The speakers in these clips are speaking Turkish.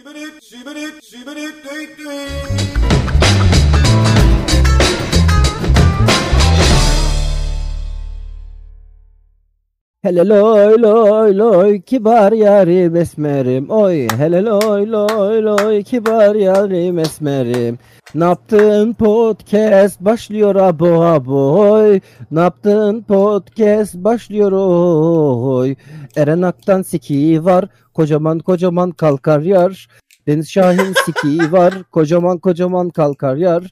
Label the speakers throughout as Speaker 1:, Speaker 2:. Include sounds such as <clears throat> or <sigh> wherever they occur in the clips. Speaker 1: Şibirik, şibirik, şibirik, düik düik.
Speaker 2: Hele loy loy loy kibar yarim esmerim oy Hele loy loy loy kibar yarim esmerim Naptın podcast başlıyor abo abo oy Naptın podcast başlıyor oy Eren Aktan sikiği var kocaman kocaman kalkar yar Deniz Şahin sikiği var kocaman kocaman kalkar yar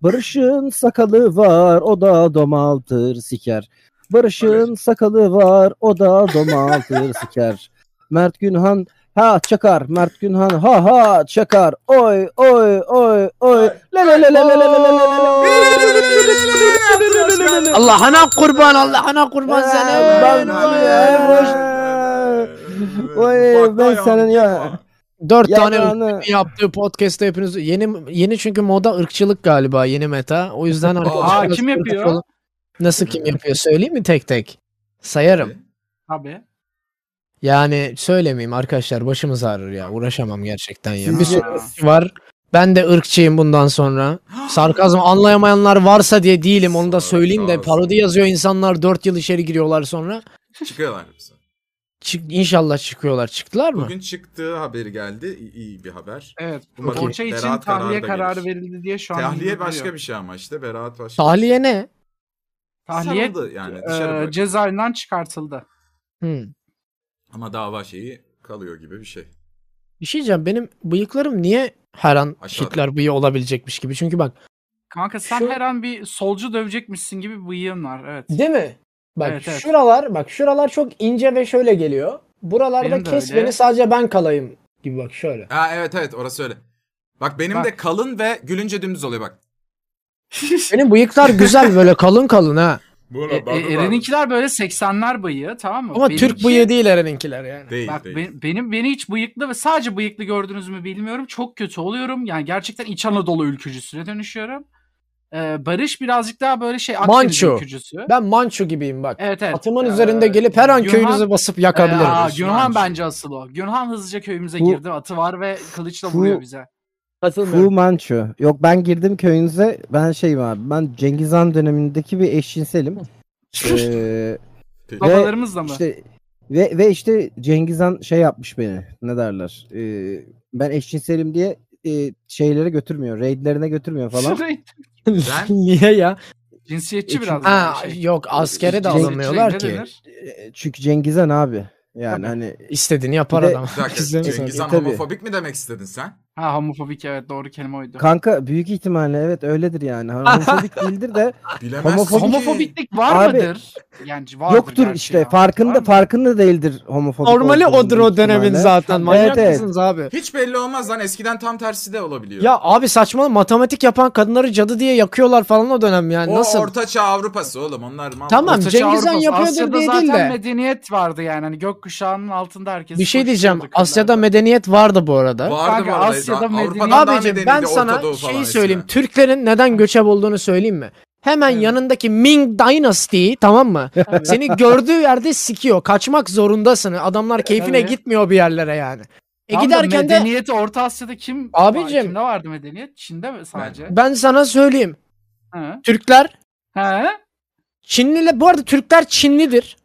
Speaker 2: Barış'ın sakalı var o da domaltır siker Barış'ın sakalı var o da domaltır siker. Mert Günhan ha çakar. Mert Günhan ha ha çakar. Oy oy oy oy. Le le le le le le le le le le le le.
Speaker 3: Allah'ına kurban, Allah'ına kurban sana.
Speaker 2: Ben
Speaker 3: Ben
Speaker 2: ben- Oy, ben senin ya-
Speaker 3: Dört tane ırkçının
Speaker 2: Yalanı.
Speaker 3: yaptığı podcast'te hepiniz yeni yeni çünkü moda ırkçılık galiba yeni meta. O yüzden arkadaşlar
Speaker 4: Aa, kim yapıyor?
Speaker 3: nasıl- Nasıl kim yapıyor? Söyleyeyim mi tek tek? Sayarım.
Speaker 4: Tabii.
Speaker 3: Yani söylemeyeyim arkadaşlar başımız ağrır ya. Uğraşamam gerçekten ya. Bir
Speaker 2: Sizce-
Speaker 3: sürü ırkçı var. Ben de ırkçıyım bundan sonra. Sarkazm anlayamayanlar varsa diye değilim onu da söyleyeyim de
Speaker 1: Sarkazm.
Speaker 3: parodi yazıyor insanlar 4 yıl içeri giriyorlar sonra.
Speaker 1: Çıkıyorlar hepsi.
Speaker 3: Çık, inşallah çıkıyorlar. Çıktılar mı?
Speaker 1: Bugün çıktığı haberi geldi. İyi, iyi bir haber.
Speaker 4: Evet.
Speaker 1: Umarım
Speaker 4: Borça için
Speaker 1: beraat
Speaker 4: tahliye
Speaker 1: kararı da
Speaker 4: kararı
Speaker 1: gelir.
Speaker 4: verildi diye şu an
Speaker 1: Tahliye
Speaker 4: bildiriliyor.
Speaker 1: başka bir şey ama işte beraat başka.
Speaker 3: Tahliye ne?
Speaker 4: tahliye
Speaker 1: Sanıldı yani dışarı
Speaker 4: e,
Speaker 1: bırak-
Speaker 4: cezaevinden çıkartıldı.
Speaker 3: Hmm.
Speaker 1: Ama dava şeyi kalıyor gibi bir şey.
Speaker 3: Bir şey diyeceğim benim bıyıklarım niye her an
Speaker 1: Aşağıda.
Speaker 3: Hitler bıyığı olabilecekmiş gibi. Çünkü bak
Speaker 4: Kanka sen
Speaker 3: Şu-
Speaker 4: her an bir solcu dövecekmişsin gibi bir bıyığın var.
Speaker 3: <laughs>
Speaker 4: Evet.
Speaker 3: değil mi? Bak
Speaker 4: Evet, evet.
Speaker 3: şuralar bak şuralar çok ince ve şöyle geliyor. Buralarda
Speaker 4: Benim de
Speaker 3: kes
Speaker 4: öyle.
Speaker 3: beni sadece ben kalayım gibi bak şöyle.
Speaker 1: Ha evet evet orası öyle. Bak benim
Speaker 4: Bak.
Speaker 1: de kalın ve gülünce dümdüz oluyor bak.
Speaker 3: Benim bıyıklar güzel
Speaker 4: <laughs>
Speaker 3: böyle kalın kalın ha.
Speaker 4: E, e, Eren'inkiler böyle 80'ler bıyığı tamam mı?
Speaker 3: Ama Türk
Speaker 4: Benimki-
Speaker 3: bıyığı değil Eren'inkiler yani.
Speaker 1: Değil
Speaker 4: Bak
Speaker 1: değil.
Speaker 4: şey- be- benim beni hiç bıyıklı ve sadece bıyıklı gördünüz mü bilmiyorum. Çok kötü oluyorum. Yani gerçekten İç Anadolu ülkücüsüne dönüşüyorum. Ee, Barış birazcık daha böyle şey Akdeniz
Speaker 3: Manço.
Speaker 4: ülkücüsü.
Speaker 3: Ben Manço gibiyim bak.
Speaker 4: Evet evet.
Speaker 3: Atımın
Speaker 4: Ee,
Speaker 3: üzerinde gelip her an
Speaker 4: Günhan-
Speaker 3: köyünüzü basıp yakabilirim.
Speaker 4: Ee, Aa,
Speaker 1: Barış
Speaker 4: Günhan
Speaker 1: Manço.
Speaker 4: bence asıl o. Günhan hızlıca köyümüze
Speaker 2: Bu-
Speaker 4: girdi. Atı var ve kılıçla
Speaker 2: Bu-
Speaker 4: vuruyor bize.
Speaker 2: Fu Manchu. Yok ben girdim köyünüze. Ben şeyim abi. Ben Cengiz Han dönemindeki bir
Speaker 3: <laughs>
Speaker 2: eşcinselim.
Speaker 3: şey-
Speaker 2: Ee,
Speaker 1: Peki.
Speaker 2: Ve-
Speaker 4: Babalarımızla mı?
Speaker 2: İşte ve ve işte Cengiz Han şey yapmış beni. Ne derler? Ee, ben eşcinselim diye e, şeylere götürmüyor. Raidlerine götürmüyor falan.
Speaker 3: <laughs> Niye ya?
Speaker 4: Cinsiyetçi
Speaker 2: E,
Speaker 4: biraz.
Speaker 3: Ha,
Speaker 4: böyle şey.
Speaker 3: yok askere de
Speaker 2: Cengiz-
Speaker 3: alınmıyorlar
Speaker 4: Ne
Speaker 3: ki.
Speaker 4: denir?
Speaker 2: Ee, Çünkü Cengiz Han abi. Yani hani
Speaker 3: İstediğini yapar
Speaker 2: Bir de-
Speaker 3: adam.
Speaker 1: Bir
Speaker 3: <laughs>
Speaker 1: dakika,
Speaker 3: Güzel.
Speaker 1: Cengiz Han
Speaker 2: Tabii.
Speaker 1: homofobik mi demek istedin sen?
Speaker 4: Ha homofobik evet doğru kelime oydu.
Speaker 2: kanka büyük ihtimalle evet öyledir yani. Hani
Speaker 3: <laughs>
Speaker 2: Homofobik değildir de
Speaker 1: Bilemezsin
Speaker 2: Homofobik-
Speaker 1: ki.
Speaker 4: Homofobiklik var
Speaker 2: Abi,
Speaker 4: mıdır? Yani vardır
Speaker 2: yoktur
Speaker 4: gerçi
Speaker 2: işte.
Speaker 4: ya. Var
Speaker 2: Farkında
Speaker 4: mı?
Speaker 2: farkında değildir homofobik.
Speaker 3: Normali
Speaker 2: olduğunun
Speaker 3: odur o
Speaker 2: büyük
Speaker 3: dönemin
Speaker 2: ihtimalle.
Speaker 3: zaten. Manyak
Speaker 2: Evet, evet. <laughs>
Speaker 3: mısınız abi?
Speaker 1: Hiç belli olmaz lan eskiden tam tersi de olabiliyor.
Speaker 3: Ya abi saçmalama matematik yapan kadınları cadı diye yakıyorlar falan o dönem yani.
Speaker 1: o
Speaker 3: Nasıl?
Speaker 1: Orta Çağ Avrupası oğlum onlar mal.
Speaker 3: Tamam
Speaker 4: Orta Çağ
Speaker 3: Cengiz Han
Speaker 4: Avrupası,
Speaker 3: yapıyordur
Speaker 4: Asya'da
Speaker 3: diye değil
Speaker 4: zaten
Speaker 3: de.
Speaker 4: medeniyet vardı yani. Hani gökkuşağının altında herkes
Speaker 3: Bir şey
Speaker 4: koşturuyordu
Speaker 3: diyeceğim.
Speaker 4: kırlarda.
Speaker 3: Asya'da medeniyet vardı bu arada.
Speaker 1: Vardı
Speaker 4: Kanka,
Speaker 1: bu arada.
Speaker 4: Asya'da
Speaker 1: Avrupa'dan
Speaker 4: medeniyet-
Speaker 1: daha
Speaker 3: Abicim ben
Speaker 1: medeniydi Orta
Speaker 3: sana
Speaker 1: Doğu falan
Speaker 3: şeyi söyleyeyim.
Speaker 1: eskiden.
Speaker 3: Türklerin neden göçebe olduğunu söyleyeyim mi? Hemen
Speaker 4: Evet.
Speaker 3: yanındaki Ming Dynasty tamam mı? Seni gördüğü yerde sikiyor. Kaçmak zorundasın. Adamlar keyfine
Speaker 4: Tabii.
Speaker 3: gitmiyor bir yerlere yani. E
Speaker 4: Tam da
Speaker 3: giderken de
Speaker 4: medeniyeti Orta Asya'da kim
Speaker 3: Abicim.
Speaker 4: kimde vardı medeniyet? Çin'de mi sadece?
Speaker 3: ben sana söyleyeyim.
Speaker 4: He.
Speaker 3: Türkler
Speaker 4: He.
Speaker 3: Çinliler bu arada Türkler Çinlidir.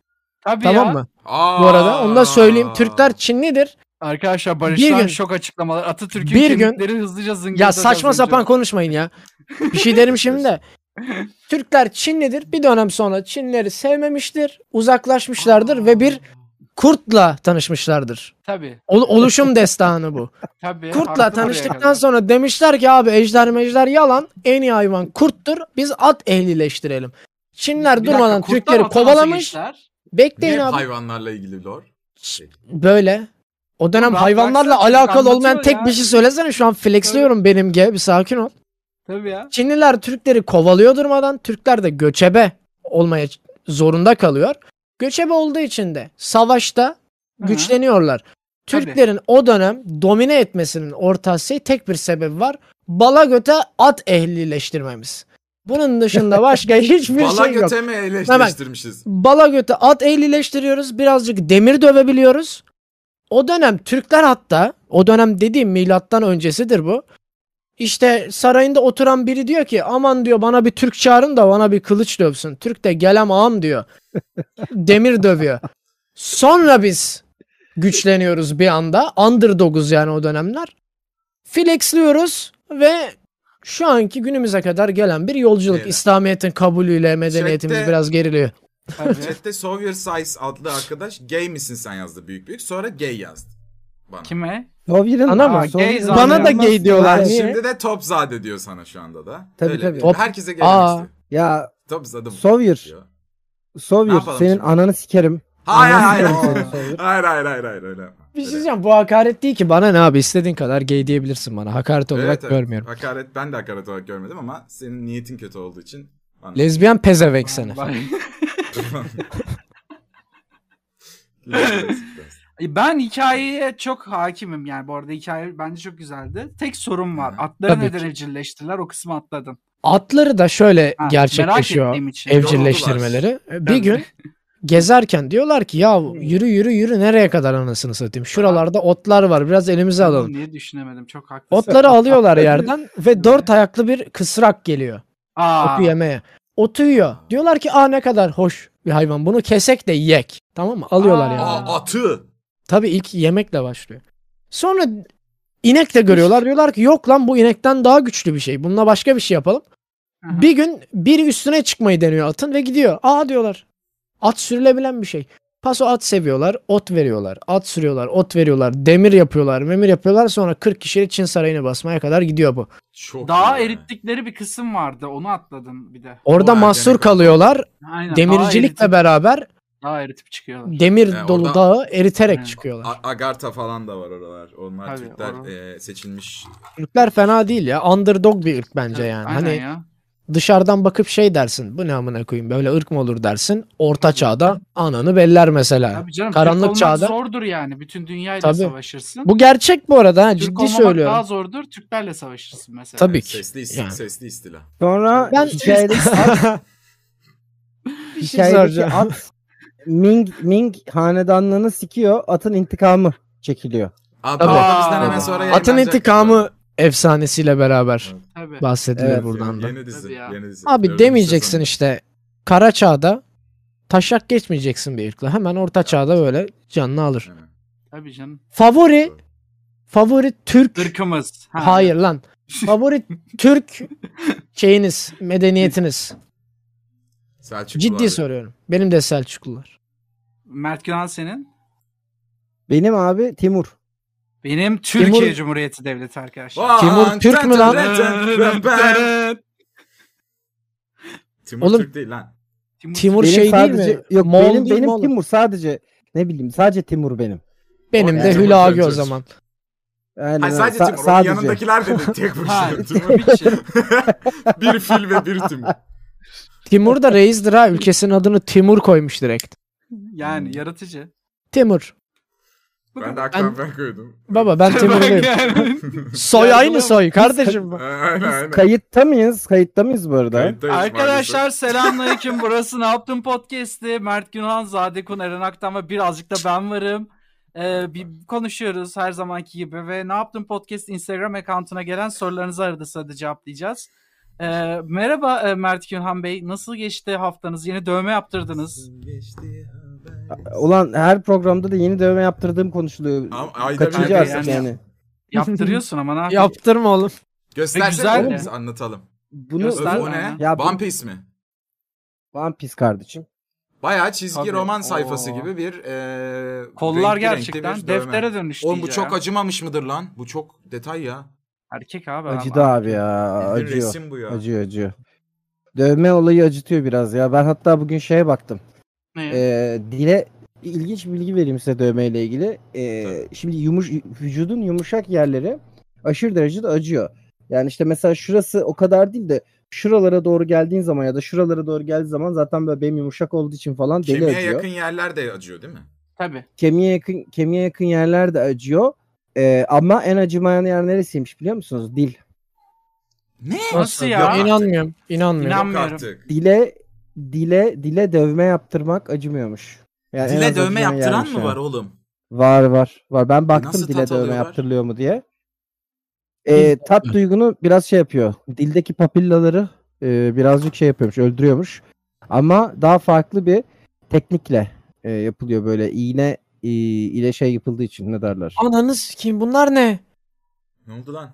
Speaker 4: Tabii
Speaker 3: tamam
Speaker 4: ya.
Speaker 3: mı?
Speaker 1: Aa.
Speaker 3: bu arada. Onu da söyleyeyim. Türkler Çinlidir.
Speaker 4: Arkadaşlar
Speaker 3: Bir
Speaker 4: barıştan
Speaker 3: gün-
Speaker 4: şok açıklamalar. Atatürk'ün
Speaker 3: Bir gün-
Speaker 4: kemikleri hızlıca zıngırdadı.
Speaker 3: Ya saçma sapan konuşmayın ya. Bir şey derim şimdi
Speaker 4: <laughs>
Speaker 3: de. Türkler Çinlidir. Bir dönem sonra Çinleri sevmemiştir. Uzaklaşmışlardır ve bir kurtla tanışmışlardır.
Speaker 4: Tabii.
Speaker 3: Ol- oluşum destanı
Speaker 4: <laughs>
Speaker 3: bu.
Speaker 4: Tabii. haklı
Speaker 3: Kurtla
Speaker 4: oraya
Speaker 3: tanıştıktan
Speaker 4: kadar.
Speaker 3: sonra demişler ki abi ejder mejder yalan. En iyi hayvan kurttur. Biz at ehlileştirelim. Çinler
Speaker 4: Bir
Speaker 3: durmadan
Speaker 4: dakika, kurtlar
Speaker 3: Türkleri
Speaker 4: ata nasıl
Speaker 3: kovalamış.
Speaker 4: geçtiler?
Speaker 3: Bekleyin
Speaker 1: Niye
Speaker 3: abi.
Speaker 1: hayvanlarla ilgili lor?
Speaker 3: Böyle. O dönem
Speaker 4: Oğlum,
Speaker 3: hayvanlarla
Speaker 4: bıraksana,
Speaker 3: alakalı
Speaker 4: anlatıyor
Speaker 3: olmayan tek
Speaker 4: ya.
Speaker 3: bir şey söylesene. Şu an flexliyorum benim gibi. Bir sakin ol.
Speaker 4: Tabii ya.
Speaker 3: Çinliler Türkleri kovalıyor durmadan. Türkler de göçebe olmaya zorunda kalıyor. Göçebe olduğu için de savaşta
Speaker 4: Hı.
Speaker 3: güçleniyorlar.
Speaker 4: Tabii.
Speaker 3: Türklerin o dönem domine etmesinin Orta Asya'yı tek bir sebebi var. Balagöt'e at ehlileştirmemiz. Bunun dışında
Speaker 4: <laughs>
Speaker 3: başka hiçbir
Speaker 1: Bala
Speaker 3: şey yok.
Speaker 1: göte mi eleştirmişiz?
Speaker 3: Balagöt'e at ehlileştiriyoruz. Birazcık demir dövebiliyoruz. O dönem Türkler hatta o dönem dediğim milattan öncesidir bu. İşte sarayında oturan biri diyor ki aman diyor bana bir Türk çağırın da bana bir kılıç dövsün. Türk de gelem ağam diyor. Demir dövüyor. Sonra biz güçleniyoruz bir anda. Underdog'uz yani o dönemler. Flexliyoruz ve şu anki günümüze kadar gelen bir yolculuk.
Speaker 1: Evet.
Speaker 3: İslamiyet'in kabulüyle medeniyetimiz
Speaker 1: Chatte-
Speaker 3: biraz geriliyor. <laughs>
Speaker 1: Chat'te Sawyer Size adlı arkadaş gay misin sen yazdı büyük büyük. Sonra gay yazdı bana.
Speaker 4: Kime?
Speaker 2: Sovyer'in
Speaker 3: Ana mı?
Speaker 4: Aa, gay
Speaker 2: Sovyer'in-
Speaker 4: zaten.
Speaker 5: Bana da gay diyorlar.
Speaker 2: Niye?
Speaker 1: Şimdi de Topzade diyor sana şu anda da.
Speaker 2: Tabii,
Speaker 1: Öyle
Speaker 2: tabii.
Speaker 1: bir-
Speaker 3: Top-
Speaker 1: Herkese
Speaker 3: Aa.
Speaker 1: gay istiyor.
Speaker 2: Ya
Speaker 1: Topzade bu.
Speaker 2: Sovyer,
Speaker 1: diyor. Ne
Speaker 2: Sovyer
Speaker 1: yapalım
Speaker 2: senin
Speaker 1: şimdi?
Speaker 2: ananı sikerim.
Speaker 1: Hayır
Speaker 2: Ananı
Speaker 1: hayır
Speaker 2: sikerim
Speaker 1: hayır.
Speaker 2: senin Sovyer.
Speaker 1: Hayır hayır hayır hayır öyle yapma.
Speaker 3: Bir şey
Speaker 1: Öyle.
Speaker 3: diyeceğim bu hakaret değil ki bana ne abi istediğin kadar gay diyebilirsin bana hakaret olarak
Speaker 1: Evet, evet.
Speaker 3: görmüyorum.
Speaker 1: Hakaret ben de hakaret olarak görmedim ama senin niyetin kötü olduğu için. bana- <laughs>
Speaker 3: Lezbiyen pezevenk seni.
Speaker 4: <laughs> ben hikayeye çok hakimim yani bu arada hikaye bence çok güzeldi. Tek sorum var.
Speaker 1: Hı.
Speaker 4: Atları
Speaker 3: Tabii
Speaker 4: neden evcilleştiler? O kısmı atladım.
Speaker 3: Atları da şöyle
Speaker 4: Ha,
Speaker 3: gerçekleşiyor
Speaker 4: merak ettiğim şey. için.
Speaker 3: evcilleştirmeleri. Bir
Speaker 4: Tabii.
Speaker 3: gün gezerken diyorlar ki ya
Speaker 4: Hmm.
Speaker 3: yürü yürü yürü nereye kadar anasını satayım. Şuralarda otlar var biraz elimize
Speaker 4: Bunu
Speaker 3: alalım.
Speaker 4: Niye düşünemedim? Çok haklısın. <laughs>
Speaker 3: Otları alıyorlar yerden ve dört ayaklı bir kısrak geliyor.
Speaker 4: Aa,
Speaker 3: otu yemeye. Otu yiyor. Diyorlar ki aa ne kadar hoş bir hayvan. Bunu kesek de yek. Tamam mı? Alıyorlar
Speaker 4: Aa.
Speaker 3: yani.
Speaker 1: Aa, atı.
Speaker 3: Tabii ilk yemekle başlıyor. Sonra inek de görüyorlar. Diyorlar ki yok lan bu inekten daha güçlü bir şey. Bununla başka bir şey yapalım.
Speaker 4: Aha.
Speaker 3: Bir gün biri üstüne çıkmayı deniyor atın ve gidiyor. Aa diyorlar. At sürülebilen bir şey. Paso at seviyorlar. Ot veriyorlar. At sürüyorlar. Ot veriyorlar. Demir yapıyorlar. Memir yapıyorlar. Sonra 40 kişilik Çin sarayına basmaya kadar gidiyor bu.
Speaker 1: Çok
Speaker 4: Daha
Speaker 1: iyi.
Speaker 4: erittikleri bir kısım vardı. Onu atladım bir de.
Speaker 3: Orada
Speaker 1: O
Speaker 3: mahsur
Speaker 1: ergenek oldu.
Speaker 3: kalıyorlar.
Speaker 4: Aynen,
Speaker 3: Demircilikle
Speaker 4: daha eritip,
Speaker 3: beraber
Speaker 4: daha eritip çıkıyorlar.
Speaker 3: demir
Speaker 1: E,
Speaker 3: dolu
Speaker 1: orada-
Speaker 3: dağı eriterek
Speaker 4: Aynen.
Speaker 3: çıkıyorlar.
Speaker 1: A- Agartha falan da var oralar. Onlar
Speaker 4: Tabii,
Speaker 1: Türkler
Speaker 4: orada.
Speaker 1: e, seçilmiş.
Speaker 3: Türkler fena değil ya. Underdog bir ırk bence yani.
Speaker 4: Aynen
Speaker 3: hani
Speaker 4: ya.
Speaker 3: dışarıdan bakıp şey dersin. Bu ne amına koyayım böyle ırk mı olur dersin. Orta çağda ananı beller mesela.
Speaker 4: Tabii canım,
Speaker 3: Karanlık
Speaker 4: Türk olmak
Speaker 3: çağda-
Speaker 4: zordur yani. Bütün dünyayla
Speaker 3: Tabii.
Speaker 4: savaşırsın.
Speaker 3: Bu gerçek bu arada. ha,
Speaker 4: Türk
Speaker 3: Ciddi
Speaker 4: olmamak
Speaker 3: söylüyorum.
Speaker 4: daha zordur. Türklerle savaşırsın mesela.
Speaker 3: Tabii ki.
Speaker 1: Sesli, ist-
Speaker 3: Yani.
Speaker 1: sesli istila.
Speaker 2: Sonra
Speaker 3: Ben- şey
Speaker 2: hikayedeki
Speaker 3: Bir şey
Speaker 2: hikayedeki
Speaker 3: soracağım.
Speaker 2: at Ming, Ming hanedanlığını sikiyor. Atın intikamı çekiliyor.
Speaker 1: Aa,
Speaker 3: Tabii.
Speaker 1: tamam, bizden
Speaker 4: Aa.
Speaker 1: hemen sonra
Speaker 3: Atın
Speaker 1: yayınlanacak.
Speaker 3: intikamı efsanesiyle beraber
Speaker 4: Tabii.
Speaker 3: bahsedilir
Speaker 2: Evet.
Speaker 3: buradan da.
Speaker 1: Yeni şey dizi.
Speaker 4: Tabii ya.
Speaker 1: Yeni dizi.
Speaker 3: Abi
Speaker 1: Dördüncü
Speaker 3: demeyeceksin
Speaker 1: sezon.
Speaker 3: işte. Kara çağda taşak geçmeyeceksin bir ırkla. Hemen orta çağda böyle canını alır.
Speaker 1: Evet.
Speaker 4: Tabii canım.
Speaker 3: Favori favori Türk
Speaker 4: Irkımız. Ha,
Speaker 3: Hayır lan. Favori Türk şeyiniz, medeniyetiniz.
Speaker 1: Selçuklu
Speaker 3: Ciddi
Speaker 1: abi.
Speaker 3: soruyorum. Benim de Selçuklular.
Speaker 4: Mert Günal senin.
Speaker 2: Benim abi Timur.
Speaker 4: Benim Türkiye
Speaker 3: Timur-
Speaker 4: Cumhuriyeti Devleti arkadaşlar.
Speaker 1: Vaa,
Speaker 3: Timur Türk mü lan?
Speaker 1: Timur
Speaker 3: Oğlum-
Speaker 1: Türk değil lan.
Speaker 4: Timur,
Speaker 3: Timur
Speaker 2: benim
Speaker 3: şey
Speaker 2: sadece,
Speaker 3: değil mi?
Speaker 2: Yok
Speaker 3: Moğol
Speaker 2: benim,
Speaker 3: değil mi
Speaker 2: benim
Speaker 3: oğlum?
Speaker 2: Timur sadece ne bileyim sadece Timur benim.
Speaker 3: Benim
Speaker 1: Yani
Speaker 3: de
Speaker 1: Timur
Speaker 3: Hülagi o
Speaker 1: Türkçesi.
Speaker 3: zaman.
Speaker 2: Aynen,
Speaker 1: Hayır sadece
Speaker 2: sa-
Speaker 1: Timur. Onun yanındakiler dedi. Tek
Speaker 4: Ha,
Speaker 1: başına Timur.
Speaker 4: Timur için.
Speaker 1: bir fil ve bir tüm.
Speaker 3: Timur da reisdir ha. Ülkesinin adını Timur koymuş direkt.
Speaker 4: Yani yaratıcı.
Speaker 3: Timur.
Speaker 4: Bu
Speaker 1: Ben de
Speaker 4: kadar.
Speaker 1: aklıma ben koydum.
Speaker 4: <laughs>
Speaker 3: Baba ben Timurluyum.
Speaker 4: Yani-
Speaker 3: Soy aynı soy kardeşim.
Speaker 1: Ee, Aynen aynen.
Speaker 2: Kayıtta mıyız? Kayıtta mıyız bu arada?
Speaker 1: Kayıttayız <laughs>
Speaker 4: Arkadaşlar selamünaleyküm. Burası Ne Yaptın Podcast'i. Mert Günhan, Zade Kun, Eren Aktan ve birazcık da ben varım. Ee, bir konuşuyoruz her zamanki gibi ve Ne Yaptın Podcast Instagram account'una gelen sorularınızı arada sırada cevaplayacağız. Ee, merhaba e, Mert Günhan Bey. Nasıl geçti haftanız? Yeni
Speaker 1: <laughs>
Speaker 4: dövme yaptırdınız.
Speaker 2: Ulan her programda da yeni dövme yaptırdığım konuşuluyor.
Speaker 1: Ama ayda bir
Speaker 2: Kaçıncı
Speaker 4: ayda
Speaker 2: artık
Speaker 4: yani.
Speaker 2: yani.
Speaker 4: Yaptırıyorsun ama ne yapayım?
Speaker 3: Yaptırma oğlum.
Speaker 1: Göstersene
Speaker 4: Güzel
Speaker 1: oğlum
Speaker 4: de.
Speaker 1: biz anlatalım.
Speaker 2: Bunu
Speaker 1: Öf,
Speaker 4: Göster.
Speaker 1: o ne?
Speaker 2: Ya bu-
Speaker 1: One Piece mi?
Speaker 2: One Piece kardeşim.
Speaker 1: Bayağı çizgi
Speaker 4: Tabii.
Speaker 1: roman sayfası
Speaker 4: Oo.
Speaker 1: gibi bir e,
Speaker 4: Kollar
Speaker 1: renkli renkli
Speaker 4: gerçekten
Speaker 1: bir dövme.
Speaker 4: deftere dönüştü.
Speaker 1: Oğlum bu
Speaker 4: iyice
Speaker 1: çok
Speaker 4: ya.
Speaker 1: acımamış mıdır lan? Bu çok detay ya.
Speaker 4: Erkek abi.
Speaker 2: Acıdı abi ya.
Speaker 1: Bir
Speaker 2: Acıyor.
Speaker 1: resim bu ya.
Speaker 2: Acıyor acıyor. Dövme olayı acıtıyor biraz ya. Ben hatta bugün şeye baktım.
Speaker 4: Ne?
Speaker 2: Ee, dile ilginç bir bilgi vereyim size dövmeyle ilgili. Ee, şimdi yumuş vücudun yumuşak yerleri aşırı derecede acıyor. Yani işte mesela şurası o kadar değil de şuralara doğru geldiğin zaman ya da şuralara doğru geldiği zaman zaten böyle benim yumuşak olduğu için falan deli
Speaker 1: Kemiğe
Speaker 2: acıyor.
Speaker 1: yakın yerler de acıyor değil mi?
Speaker 4: Tabii.
Speaker 2: Kemiğe yakın kemiğe yakın yerler de acıyor. Ee, ama en acımayan yer neresiymiş biliyor musunuz? Dil.
Speaker 1: Ne?
Speaker 4: Nasıl ya?
Speaker 1: Yok artık.
Speaker 3: İnanmıyorum. İnanmıyorum.
Speaker 1: Yok
Speaker 4: İnanmıyorum.
Speaker 1: artık.
Speaker 2: Dile dile dile dövme yaptırmak acımıyormuş. Yani en
Speaker 1: Dile
Speaker 2: az
Speaker 1: dövme
Speaker 2: acımayan
Speaker 1: yaptıran
Speaker 2: yermiş
Speaker 1: mı
Speaker 2: yani.
Speaker 1: var oğlum?
Speaker 2: Var var. Var. Ben baktım
Speaker 1: Nasıl
Speaker 2: dile
Speaker 1: tat
Speaker 2: dövme
Speaker 1: alıyorlar?
Speaker 2: yaptırılıyor mu diye. Ee, tat duygunu biraz şey yapıyor. Dildeki papillaları e, birazcık şey yapıyormuş, öldürüyormuş. Ama daha farklı bir teknikle e, yapılıyor böyle iğne e, ile şey yapıldığı için ne derler?
Speaker 3: Ananız kim bunlar ne?
Speaker 1: Ne oldu lan?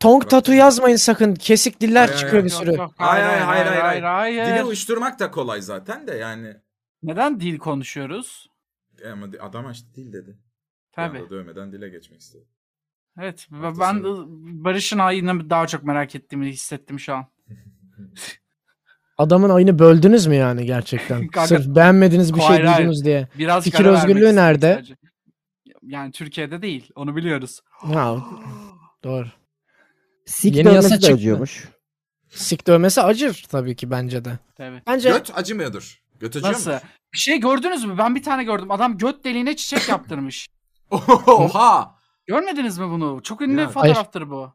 Speaker 3: Tong tatu yazmayın sakın. Kesik diller
Speaker 1: Ay, ay,
Speaker 3: çıkıyor
Speaker 1: ay.
Speaker 3: bir sürü.
Speaker 1: Hayır, hayır, hayır, hayır,
Speaker 4: hayır.
Speaker 1: Dili uyuşturmak da kolay zaten de yani. E,
Speaker 4: Neden dil konuşuyoruz?
Speaker 1: Ama di- adam açtı dil dedi.
Speaker 4: Tabii.
Speaker 1: Yani dövmeden dile geçmek istedi.
Speaker 4: Evet. b-
Speaker 1: Hafta
Speaker 4: Ben
Speaker 1: sonu.
Speaker 4: Barış'ın ayını daha çok merak ettiğimi hissettim şu an.
Speaker 3: Adamın ayını böldünüz mü yani gerçekten?
Speaker 4: <laughs> Kanka-
Speaker 3: Sırf beğenmediniz bir şey
Speaker 4: Hayır, hayır.
Speaker 3: duydunuz diye.
Speaker 4: Biraz
Speaker 3: Fikir özgürlüğü nerede?
Speaker 4: Yani Türkiye'de değil. Onu biliyoruz.
Speaker 3: Ha, doğru.
Speaker 2: Sik
Speaker 3: Yeni
Speaker 2: dövmesi
Speaker 3: yasa
Speaker 2: de
Speaker 3: çıktı.
Speaker 2: acıyormuş.
Speaker 3: Sik dövmesi acır tabii ki bence de.
Speaker 4: Tabii.
Speaker 3: Bence
Speaker 1: Göt acımıyordur. Göt acıyor
Speaker 4: Nasıl?
Speaker 1: mu?
Speaker 4: Bir şey gördünüz mü? Ben bir tane gördüm. Adam göt
Speaker 3: <coughs>
Speaker 4: deliğine çiçek yaptırmış.
Speaker 1: <laughs> Oha!
Speaker 4: Görmediniz mi bunu? Çok ünlü
Speaker 1: Ya.
Speaker 4: fotoğraftır bu.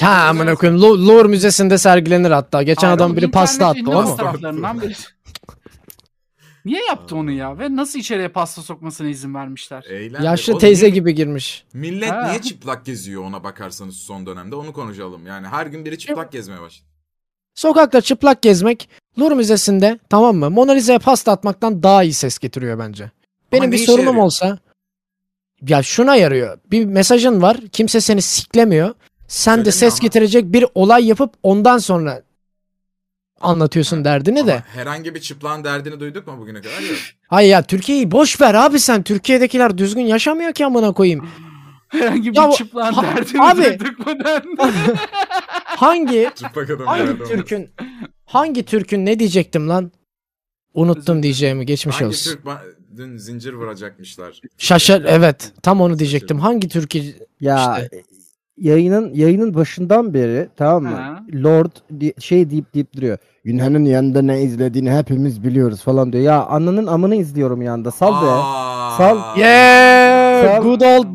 Speaker 3: ha amına koyayım Lo- Louvre Müzesi'nde sergilenir hatta. Geçen
Speaker 4: Aynen.
Speaker 3: adam biri pasta
Speaker 4: İnternet
Speaker 3: attı
Speaker 4: ünlü
Speaker 3: o mu? <laughs>
Speaker 4: fotoğraflarından biri. Niye yaptı onu ya? Ve nasıl içeriye pasta sokmasına izin vermişler? <laughs>
Speaker 1: Eğlendir.
Speaker 3: Yaşlı
Speaker 1: Oğlum,
Speaker 3: teyze gibi girmiş.
Speaker 1: Millet
Speaker 4: Ha. <laughs>
Speaker 1: niye çıplak geziyor ona bakarsanız son dönemde onu konuşalım. Yani her gün biri çıplak gezmeye başladı.
Speaker 3: Sokakta çıplak gezmek Louvre Müzesi'nde tamam mı? Mona Lisa'ya pasta atmaktan daha iyi ses getiriyor bence. Benim
Speaker 1: ne
Speaker 3: bir
Speaker 1: işe
Speaker 3: sorunum
Speaker 1: yarıyor?
Speaker 3: olsa ya şuna yarıyor. Bir mesajın var. Kimse seni siklemiyor. Sen de
Speaker 1: Söylemiyor
Speaker 3: ses
Speaker 1: ama.
Speaker 3: getirecek bir olay yapıp ondan sonra anlatıyorsun
Speaker 1: Ha,
Speaker 3: derdini de.
Speaker 1: Ama herhangi bir çıplağın derdini duyduk mu bugüne kadar?
Speaker 4: <laughs>
Speaker 1: Yok.
Speaker 3: Hayır ya Türkiye'yi boş ver abi sen. Türkiye'dekiler düzgün yaşamıyor ki amına koyayım.
Speaker 4: Herhangi bir
Speaker 3: Ya bu-
Speaker 4: çıplağın
Speaker 3: Ha-
Speaker 4: derdini
Speaker 3: abi.
Speaker 4: duyduk
Speaker 3: <laughs>
Speaker 4: mu derdi?
Speaker 3: Hangi
Speaker 1: Çıplak adam
Speaker 3: hangi
Speaker 1: yerde olmaz.
Speaker 3: Türk'ün hangi Türk'ün ne diyecektim lan? Unuttum diyeceğimi geçmiş
Speaker 1: Hangi
Speaker 3: olsun.
Speaker 1: Türk ba- dün zincir vuracakmışlar.
Speaker 3: Şaşır evet tam onu diyecektim. Hangi Türk'ü
Speaker 2: Ya e, yayının yayının başından beri tamam mı?
Speaker 4: Ha.
Speaker 2: Lord di- şey deyip deyip duruyor. Yunan'ın yanında ne izlediğini hepimiz biliyoruz falan diyor. Ya ananın amını izliyorum yanda. Sal be.
Speaker 1: Aa.
Speaker 2: Sal.
Speaker 3: Yeah,
Speaker 2: Sal-
Speaker 3: good old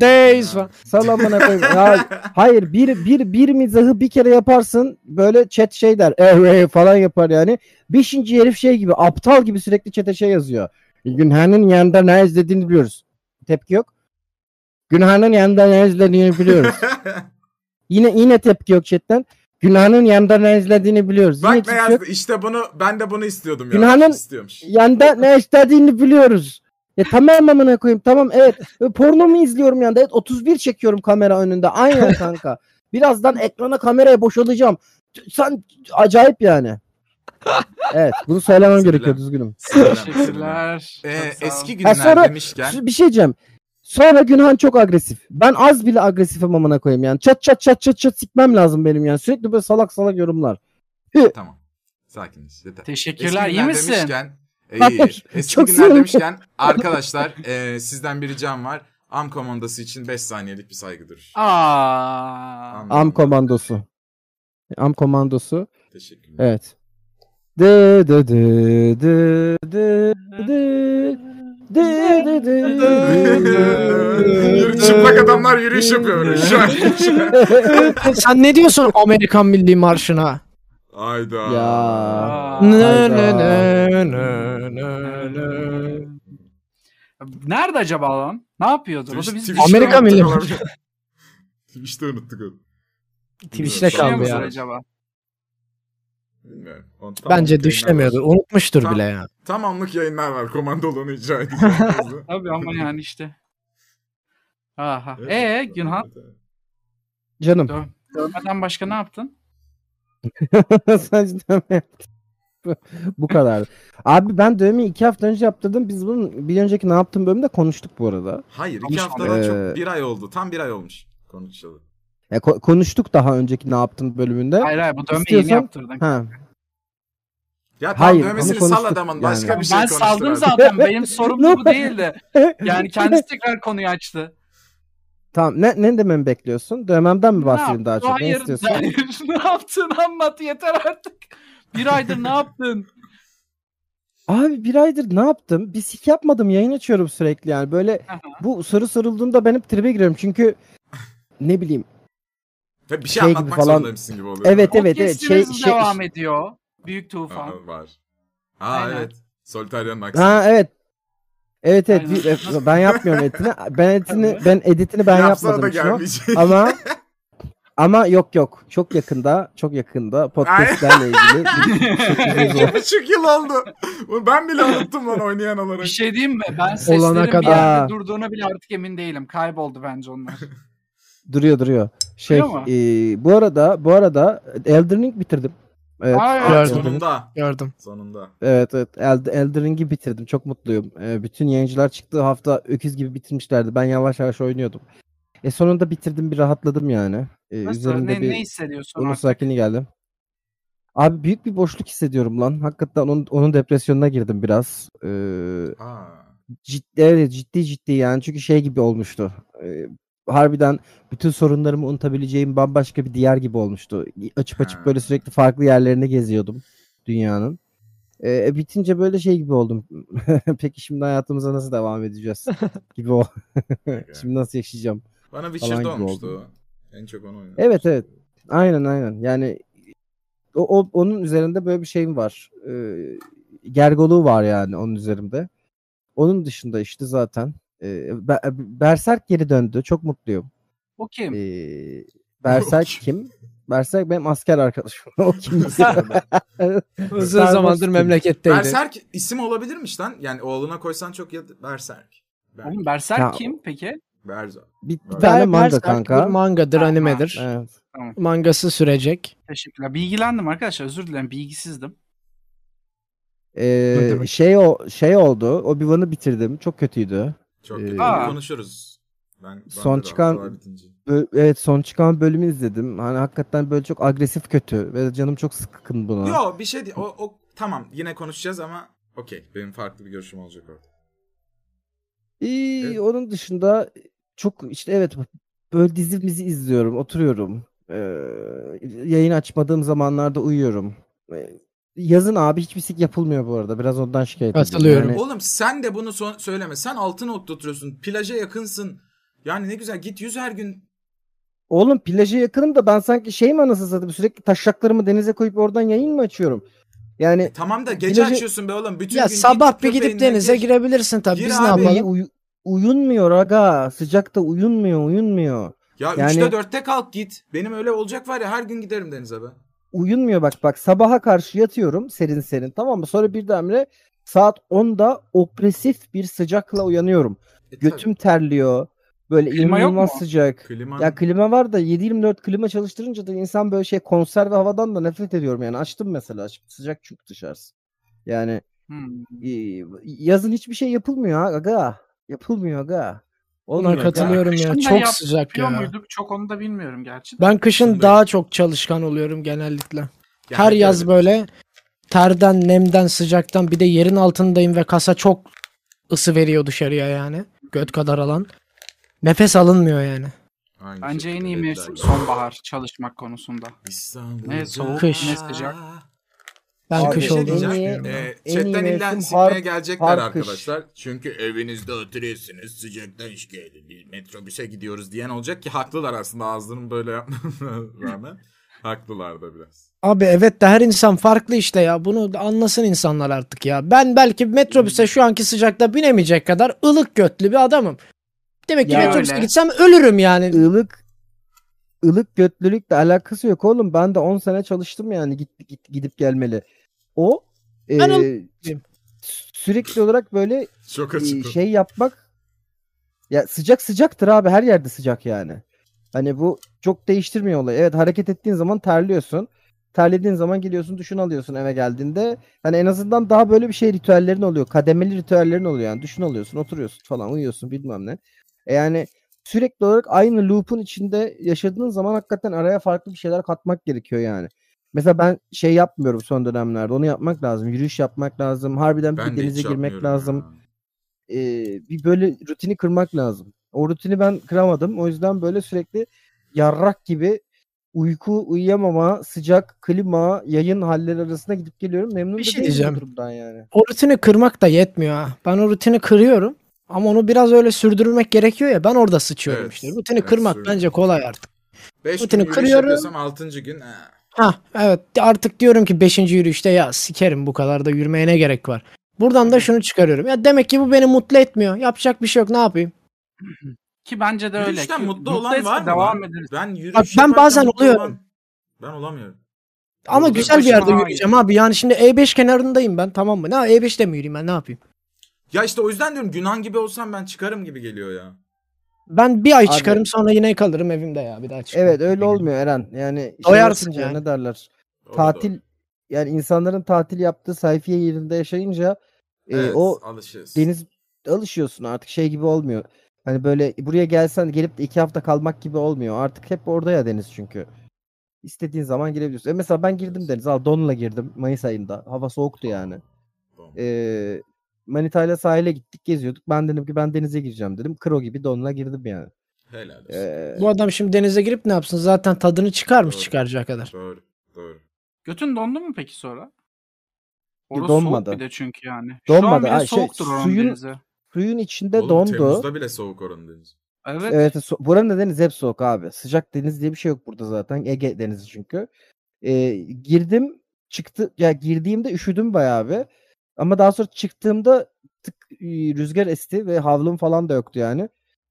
Speaker 2: <laughs>
Speaker 3: days.
Speaker 1: Ha.
Speaker 2: Sal amına koyayım. Ya,
Speaker 1: <laughs>
Speaker 2: hayır bir, bir, bir mizahı bir kere yaparsın böyle chat şey der. "Eh, eh," falan yapar yani. Beşinci herif şey gibi aptal gibi sürekli chat'e şey yazıyor. Günhan'ın yanında ne izlediğini biliyoruz. Tepki yok. Günhan'ın yanında ne izlediğini biliyoruz. Yine yine tepki yok chatten. Günahının yanında ne izlediğini biliyoruz. Yine
Speaker 1: Bak ne
Speaker 2: kimse yok.
Speaker 1: yazdı. İşte bunu ben de bunu istiyordum ya.
Speaker 2: Günahının-
Speaker 1: istiyormuş.
Speaker 2: Yanda ne istediğini biliyoruz. Ya tamam amına koyayım tamam evet. E, Porno mu izliyorum yanda? Evet 31 çekiyorum kamera
Speaker 1: <laughs>
Speaker 2: önünde. Aynen kanka. Birazdan ekrana kameraya boşalacağım. T- Sen acayip yani. Evet bunu söylemem
Speaker 1: Sinirlen-
Speaker 2: gerekiyor düzgünüm.
Speaker 4: Teşekkürler.
Speaker 1: Ee,
Speaker 4: Çok sağ olun.
Speaker 1: eski günler
Speaker 2: sonra-
Speaker 1: demişken
Speaker 2: Bir şey diyeceğim. Sonra Günhan çok agresif. Ben az bile agresifim amına koyayım yani. Çat çat çat çat çat sikmem lazım benim yani. Sürekli böyle salak salak yorumlar.
Speaker 1: tamam. Sakinleş yeter.
Speaker 4: Teşekkürler.
Speaker 1: Eski
Speaker 4: iyi
Speaker 1: günler
Speaker 4: misin?
Speaker 1: Demişken, İyi,
Speaker 2: Hayır,
Speaker 1: iyi. Eski
Speaker 2: çok
Speaker 1: günler
Speaker 2: sinirli.
Speaker 1: demişken arkadaşlar e, sizden bir ricam var. Am komandası için 5 saniyelik bir saygı duruşu.
Speaker 4: Aa.
Speaker 2: Am komandosu. Am komandosu.
Speaker 1: Teşekkürler. <laughs>
Speaker 2: Evet. Dı dı dı dı dı dı dı dı dı dı.
Speaker 1: Çıplak adamlar yürüyüş yapıyor böyle şu an.
Speaker 3: Sen ne diyorsun Amerikan Milli Marşı'na?
Speaker 1: Hayda.
Speaker 2: Ya.
Speaker 4: Aa.
Speaker 3: Nö,
Speaker 2: Hayda.
Speaker 3: nö, nö, nö, nö, nö.
Speaker 4: Nerede acaba lan? Ne yapıyordu? O da biz
Speaker 1: Twitch'te
Speaker 3: Amerika
Speaker 1: unuttuk
Speaker 3: milli-
Speaker 1: olabilir. <laughs> Twitch'te unuttuk onu.
Speaker 3: Twitch'te
Speaker 1: Bilmiyorum,
Speaker 4: düşünüyor
Speaker 3: kaldı
Speaker 4: musun
Speaker 3: ya.
Speaker 4: acaba?
Speaker 1: Bilmiyorum. Tam
Speaker 3: Bence
Speaker 1: anlık
Speaker 3: düşünemiyordu.
Speaker 1: yayınlar var.
Speaker 3: Unutmuştur
Speaker 1: Tam-
Speaker 3: bile ya.
Speaker 1: Tam anlık yayınlar var. Komandoluğunu icra edeceğim. <laughs>
Speaker 4: Tabii ama yani işte. Aha.
Speaker 1: Evet.
Speaker 4: <laughs> Ee Günhan
Speaker 2: <laughs> Canım.
Speaker 4: dövmeden başka ne yaptın?
Speaker 2: <laughs> Sen cidden mi yaptın? Bu- Bu kadar. Abi ben dövmeyi iki hafta önce yaptırdım. Biz bunun bir önceki ne yaptığım bölümde konuştuk bu arada.
Speaker 1: Hayır iki
Speaker 4: Konuşma.
Speaker 1: haftadan
Speaker 2: Ee,
Speaker 1: çok bir ay oldu. Tam bir ay olmuş konuşalı.
Speaker 2: Ya, E, ko- konuştuk daha önceki ne yaptın bölümünde.
Speaker 4: Hayır hayır bu dövmeyi yeni
Speaker 2: İstiyorsan-
Speaker 4: yaptırdın.
Speaker 2: Ha.
Speaker 1: Ya tam
Speaker 2: hayır,
Speaker 1: dövmesini sal
Speaker 2: onu konuştuk
Speaker 1: adamın.
Speaker 2: yani.
Speaker 1: Başka bir şey
Speaker 4: ben
Speaker 1: konuştur
Speaker 4: saldım
Speaker 1: abi.
Speaker 2: <laughs>
Speaker 4: zaten. Benim sorum
Speaker 2: Ne
Speaker 4: bu değildi.
Speaker 2: <laughs>
Speaker 4: Yani kendisi tekrar konuyu açtı.
Speaker 2: Tamam. Ne ne dememi bekliyorsun? Dövmemden mi
Speaker 4: Ne
Speaker 2: bahsedeyim daha
Speaker 4: yaptın?
Speaker 2: çok? Ne
Speaker 4: Hayır,
Speaker 2: istiyorsun?
Speaker 4: hayır. <laughs> ne yaptın anlat yeter artık. Bir aydır ne yaptın?
Speaker 2: Abi bir aydır ne yaptım? Bir sik yapmadım. Yayın açıyorum sürekli yani. Böyle
Speaker 4: Aha.
Speaker 2: bu soru sorulduğunda ben hep tribe giriyorum. Çünkü ne bileyim.
Speaker 1: Ya bir şey,
Speaker 2: Şey gibi
Speaker 1: anlatmak
Speaker 2: falan-
Speaker 1: zorundaymışsın gibi oluyor.
Speaker 2: <laughs> Evet, evet.
Speaker 4: Podcast'imiz
Speaker 2: şey- şey-
Speaker 4: devam ediyor. Büyük
Speaker 1: Ha,
Speaker 4: tufan.
Speaker 1: var. Ha
Speaker 4: Aynen.
Speaker 1: evet. Solitaire'nin aksine.
Speaker 2: Ha evet. Evet evet
Speaker 4: Aynen.
Speaker 2: bir- e, ben yapmıyorum editini. Ben editini ben editini ben
Speaker 1: Yapsana da
Speaker 2: yapmadım şu an. <laughs>
Speaker 1: gelmeyecek. <laughs>
Speaker 2: Ama ama yok yok çok yakında çok yakında podcastlerle ilgili
Speaker 1: İki buçuk yıl oldu. Bunu Ben bile unuttum lan oynayan olarak.
Speaker 4: Bir şey diyeyim mi? Ben seslerin bir
Speaker 3: kadar.
Speaker 2: Aa.
Speaker 4: yerde durduğuna bile artık emin değilim. Kayboldu bence onlar.
Speaker 2: duruyor duruyor. Şey
Speaker 4: Duruyor mu?
Speaker 2: e, bu arada bu arada Elden Ring bitirdim. E, Evet.
Speaker 4: Ay,
Speaker 1: Aa,
Speaker 3: Gördüm.
Speaker 1: sonunda.
Speaker 3: Gördüm.
Speaker 1: Sonunda.
Speaker 2: Evet evet Eld- Elden Ring'i bitirdim. Çok mutluyum. Ee, bütün yayıncılar çıktığı hafta öküz gibi bitirmişlerdi. Ben yavaş yavaş oynuyordum. E sonunda bitirdim bir rahatladım yani. Ee,
Speaker 4: Nasıl?
Speaker 2: üzerinde
Speaker 4: ne,
Speaker 2: bir
Speaker 4: ne hissediyorsun
Speaker 2: onun
Speaker 4: artık?
Speaker 2: sakini geldim. Abi büyük bir boşluk hissediyorum lan. Hakikaten onun, onun depresyonuna girdim biraz. Ee,
Speaker 1: Aa.
Speaker 2: ciddi evet, ciddi ciddi yani çünkü şey gibi olmuştu. Ee, harbiden bütün sorunlarımı unutabileceğim bambaşka bir diyar gibi olmuştu. Açıp
Speaker 1: Ha.
Speaker 2: açıp böyle sürekli farklı yerlerine geziyordum dünyanın. Ee, bitince böyle şey gibi oldum. <laughs> Peki şimdi hayatımıza nasıl devam edeceğiz gibi o. <laughs> şimdi nasıl yaşayacağım?
Speaker 1: Bana
Speaker 2: Falan
Speaker 1: Witcher'da
Speaker 2: gibi
Speaker 1: olmuştu.
Speaker 2: oldu.
Speaker 1: o. En çok onu oynadım.
Speaker 2: Evet, evet. Aynen aynen. Yani o, o- onun üzerinde böyle bir şeyim var. Ee, gergoluğu var yani onun üzerimde. Onun dışında işte zaten e, Be- Berserk geri döndü. Çok mutluyum.
Speaker 4: O kim?
Speaker 2: Ee,
Speaker 3: <laughs>
Speaker 2: Berserk kim? Berserk benim asker arkadaşım. <laughs> o kim?
Speaker 3: Uzun
Speaker 2: Star Wars
Speaker 3: zamandır
Speaker 2: gibi.
Speaker 1: <laughs>
Speaker 3: memleketteydi.
Speaker 1: Berserk isim olabilirmiş lan. Yani oğluna koysan çok ya Berserk. Ber
Speaker 4: Oğlum Berserk
Speaker 2: Ya-
Speaker 4: kim peki?
Speaker 1: Berzo.
Speaker 2: bir, bir
Speaker 1: Ber-
Speaker 2: tane
Speaker 3: Ber-
Speaker 2: manga
Speaker 3: Berserk
Speaker 2: kanka.
Speaker 3: bir mangadır,
Speaker 4: Ha,
Speaker 3: animedir.
Speaker 2: Evet.
Speaker 3: Mangası sürecek.
Speaker 4: Teşekkürler. Bilgilendim arkadaşlar. Özür dilerim. Bilgisizdim.
Speaker 2: Ee,
Speaker 3: Ne demek?
Speaker 2: şey o şey oldu. Obi-Wan'ı bitirdim. Çok kötüydü.
Speaker 1: Çok
Speaker 2: Ee,
Speaker 1: kötü.
Speaker 4: Aa.
Speaker 1: Konuşuruz. Ben, ben
Speaker 2: Son çıkan- Bö- Evet son çıkan bölümü izledim. Hani hakikaten böyle çok agresif kötü ve canım çok sıkkın buna.
Speaker 1: Yok bir şey değil. O, o, tamam yine konuşacağız ama okey. Benim farklı bir görüşüm olacak orada.
Speaker 2: İyi,
Speaker 1: Evet.
Speaker 2: onun dışında çok işte evet böyle dizimizi izliyorum, oturuyorum. Ee, yayın açmadığım zamanlarda uyuyorum. Ee, yazın abi hiçbir sik yapılmıyor bu arada. Biraz ondan şikayet ediyorum.
Speaker 3: Katılıyorum.
Speaker 2: Yani
Speaker 1: Oğlum sen de bunu son- söyleme. Sen altın okta oturuyorsun. Plaja yakınsın. Yani ne güzel git yüz her gün.
Speaker 2: Oğlum plaja yakınım da ben sanki şey mi anasını satayım sürekli taşaklarımı denize koyup oradan yayın mı açıyorum? Yani
Speaker 1: Tamam da gece
Speaker 2: Plaja-
Speaker 1: açıyorsun be oğlum. Bütün
Speaker 3: E, ya
Speaker 1: gün
Speaker 3: sabah bir gidip
Speaker 1: köpeğinle
Speaker 3: denize
Speaker 1: gez.
Speaker 3: girebilirsin tabii.
Speaker 1: Gir
Speaker 3: Biz
Speaker 1: abi.
Speaker 3: ne
Speaker 2: abi
Speaker 3: yapalım?
Speaker 2: uyu- uyunmuyor aga. Sıcakta uyunmuyor, uyunmuyor.
Speaker 1: Ya
Speaker 2: Yani-
Speaker 1: 3'te 4'te kalk git. Benim öyle olacak var ya her gün giderim denize be. E,
Speaker 2: uyunmuyor bak bak sabaha karşı yatıyorum serin serin tamam mı? Sonra birdenbire saat 10'da opresif bir sıcakla uyanıyorum.
Speaker 1: E,
Speaker 2: Götüm terliyor. Böyle
Speaker 4: Klima yok
Speaker 2: inanılmaz
Speaker 4: mu?
Speaker 2: sıcak.
Speaker 1: tabii. Kliman...
Speaker 2: Ya klima var da 7-24 klima çalıştırınca da insan böyle şey konserve havadan da nefret ediyorum yani. Açtım mesela şimdi sıcak çok dışarısı. Yani
Speaker 4: Hmm.
Speaker 2: e, yazın hiçbir şey yapılmıyor ha, aga. Yapılmıyor aga.
Speaker 3: Ona
Speaker 2: Olmuyor aga.
Speaker 3: katılıyorum ya.
Speaker 4: Kışın da
Speaker 3: Çok
Speaker 4: yap-
Speaker 3: sıcak
Speaker 4: Biliyor
Speaker 3: ya.
Speaker 4: muyduk? Çok onu da bilmiyorum gerçi. de.
Speaker 3: Ben kışın
Speaker 1: Kışın
Speaker 3: daha çok çalışkan oluyorum genellikle.
Speaker 1: Yani
Speaker 3: Her yaz
Speaker 1: öyle.
Speaker 3: böyle terden, nemden, sıcaktan bir de yerin altındayım ve kasa çok ısı veriyor dışarıya yani. Göt kadar alan. Nefes alınmıyor yani.
Speaker 1: Aynı
Speaker 4: Bence en
Speaker 1: şekilde
Speaker 4: iyi
Speaker 1: dediler
Speaker 4: mevsim
Speaker 1: gibi.
Speaker 4: sonbahar çalışmak konusunda.
Speaker 1: İstanbul'da-
Speaker 4: Ne soğuk
Speaker 3: Kış.
Speaker 4: ne sıcak.
Speaker 3: Ben
Speaker 2: Abi
Speaker 1: Bir
Speaker 3: kış
Speaker 1: şey
Speaker 3: olduğunu
Speaker 1: diyeceğim.
Speaker 3: düşünüyorum.
Speaker 1: Ee,
Speaker 2: En iyi
Speaker 1: chatten illa
Speaker 2: mevsim
Speaker 1: sikmeye
Speaker 2: har-
Speaker 1: gelecekler
Speaker 2: har kış.
Speaker 1: arkadaşlar. Çünkü evinizde oturuyorsunuz sıcaktan şikayet ediyorsunuz. Metrobüse gidiyoruz diyen olacak ki haklılar aslında ağzının böyle yapmasına rağmen. haklılar da biraz.
Speaker 3: Abi evet de her insan farklı işte ya. Bunu da anlasın insanlar artık ya. Ben belki
Speaker 1: Hmm.
Speaker 3: metrobüse şu anki sıcakta binemeyecek kadar ılık götlü bir adamım. Demek ki
Speaker 4: Ya
Speaker 3: metrobüse
Speaker 4: öyle.
Speaker 3: gitsem ölürüm yani.
Speaker 2: ılık ılık götlülükle alakası yok oğlum. Ben de 10 sene çalıştım yani git, git gidip gelmeli. O e,
Speaker 3: Ben ılıklıyım.
Speaker 2: sürekli olarak böyle
Speaker 1: Çok
Speaker 2: e,
Speaker 1: açık.
Speaker 2: şey yapmak ya sıcak sıcaktır abi her yerde sıcak yani. Hani bu çok değiştirmiyor olayı. Evet hareket ettiğin zaman terliyorsun. Terlediğin zaman geliyorsun duşunu alıyorsun eve geldiğinde. Hani en azından daha böyle bir şey ritüellerin oluyor. Kademeli ritüellerin oluyor yani. Duşunu alıyorsun oturuyorsun falan uyuyorsun bilmem ne. E yani sürekli olarak aynı loop'un içinde yaşadığın zaman hakikaten araya farklı bir şeyler katmak gerekiyor yani. Mesela ben şey yapmıyorum son dönemlerde. Onu yapmak lazım. Yürüyüş yapmak lazım. Harbiden bir
Speaker 1: Ben de hiç
Speaker 2: denize girmek
Speaker 1: yapmıyorum
Speaker 2: lazım
Speaker 1: ya.
Speaker 2: e, bir böyle rutini kırmak lazım. O rutini ben kıramadım. O yüzden böyle sürekli yarrak gibi uyku, uyuyamama, sıcak, klima, yayın halleri arasında gidip geliyorum. Memnun
Speaker 3: Bir
Speaker 2: da
Speaker 3: şey
Speaker 2: değilim bu
Speaker 3: diyeceğim.
Speaker 2: durumdan yani.
Speaker 3: O rutini kırmak da yetmiyor ha. Ben o rutini kırıyorum ama onu biraz öyle sürdürmek gerekiyor ya. Ben orada sıçıyorum
Speaker 1: Evet.
Speaker 3: işte. Rutini
Speaker 1: Evet,
Speaker 3: kırmak
Speaker 1: sürdürmek.
Speaker 3: bence kolay artık.
Speaker 1: Beş gün
Speaker 3: Rutini
Speaker 1: yürüyüş
Speaker 3: kırıyorum.
Speaker 1: yapıyorsam altıncı gün. ha.
Speaker 3: Ha evet artık diyorum ki 5. yürüyüşte ya sikerim bu kadar da yürümeye ne gerek var. Buradan da şunu çıkarıyorum. Ya demek ki bu beni mutlu etmiyor. Yapacak bir şey yok. Ne yapayım?
Speaker 4: Ki bence de öyle.
Speaker 1: Yürüyüşten
Speaker 4: Ki
Speaker 1: mutlu olan
Speaker 4: etse
Speaker 1: var mı?
Speaker 4: Devam ederiz.
Speaker 1: Ben yürüyüş
Speaker 3: Bak ben
Speaker 1: yaparken
Speaker 3: bazen
Speaker 1: mutlu
Speaker 3: oluyorum.
Speaker 1: olan- Ben olamıyorum.
Speaker 3: Ama
Speaker 1: Yolda
Speaker 3: güzel bir
Speaker 1: başıma
Speaker 3: yerde
Speaker 4: ait.
Speaker 3: yürüyeceğim abi. Yani şimdi E5 kenarındayım ben tamam mı? Ne E5'te mi yürüyeyim ben ne yapayım?
Speaker 1: Ya işte o yüzden diyorum Günhan gibi olsam ben çıkarım gibi geliyor ya.
Speaker 3: Ben bir ay
Speaker 2: Abi-
Speaker 3: çıkarım sonra yine kalırım evimde ya bir daha çıkmam.
Speaker 2: Evet öyle olmuyor Eren. Yani şey
Speaker 3: Doyarsın
Speaker 2: yapınca
Speaker 3: yani.
Speaker 2: ne derler?
Speaker 1: O da
Speaker 2: Tatil e,
Speaker 1: doğru.
Speaker 2: yani insanların tatil yaptığı sayfiye yerinde yaşayınca e,
Speaker 1: Evet,
Speaker 2: o
Speaker 1: alışırız.
Speaker 2: deniz alışıyorsun artık şey gibi olmuyor. Hani böyle buraya gelsen gelip de iki hafta kalmak gibi olmuyor. Artık hep orada ya deniz çünkü. İstediğin zaman girebiliyorsun. E mesela ben girdim
Speaker 1: Evet.
Speaker 2: deniz. Al donla girdim Mayıs ayında. Hava soğuktu yani.
Speaker 1: Tamam.
Speaker 2: E, Manita'yla sahile gittik geziyorduk. Ben dedim ki ben denize gireceğim dedim. Kro gibi donla girdim yani.
Speaker 1: Helal olsun.
Speaker 2: E,
Speaker 3: Bu adam şimdi denize girip ne yapsın? Zaten tadını çıkarmış
Speaker 1: Doğru.
Speaker 3: çıkaracağı kadar.
Speaker 1: Doğru. Doğru.
Speaker 4: Götün dondu mu peki sonra? Orası
Speaker 2: donmadı.
Speaker 4: soğuk bir de çünkü yani. Şu an
Speaker 2: Donmadı.
Speaker 4: bile
Speaker 2: Ay, şey,
Speaker 4: soğuktur oranın
Speaker 2: suyun-
Speaker 4: denizi.
Speaker 2: suyun içinde
Speaker 1: Oğlum,
Speaker 2: dondu.
Speaker 1: Temmuz'da bile soğuk oranın deniz.
Speaker 4: Evet.
Speaker 2: Evet. so- buranın da deniz hep soğuk abi. Sıcak deniz diye bir şey yok burada zaten. Ege denizi çünkü. Ee, girdim çıktı ya girdiğimde üşüdüm bayağı bir. Ama daha sonra çıktığımda tık e, rüzgar esti ve havlum falan da yoktu yani.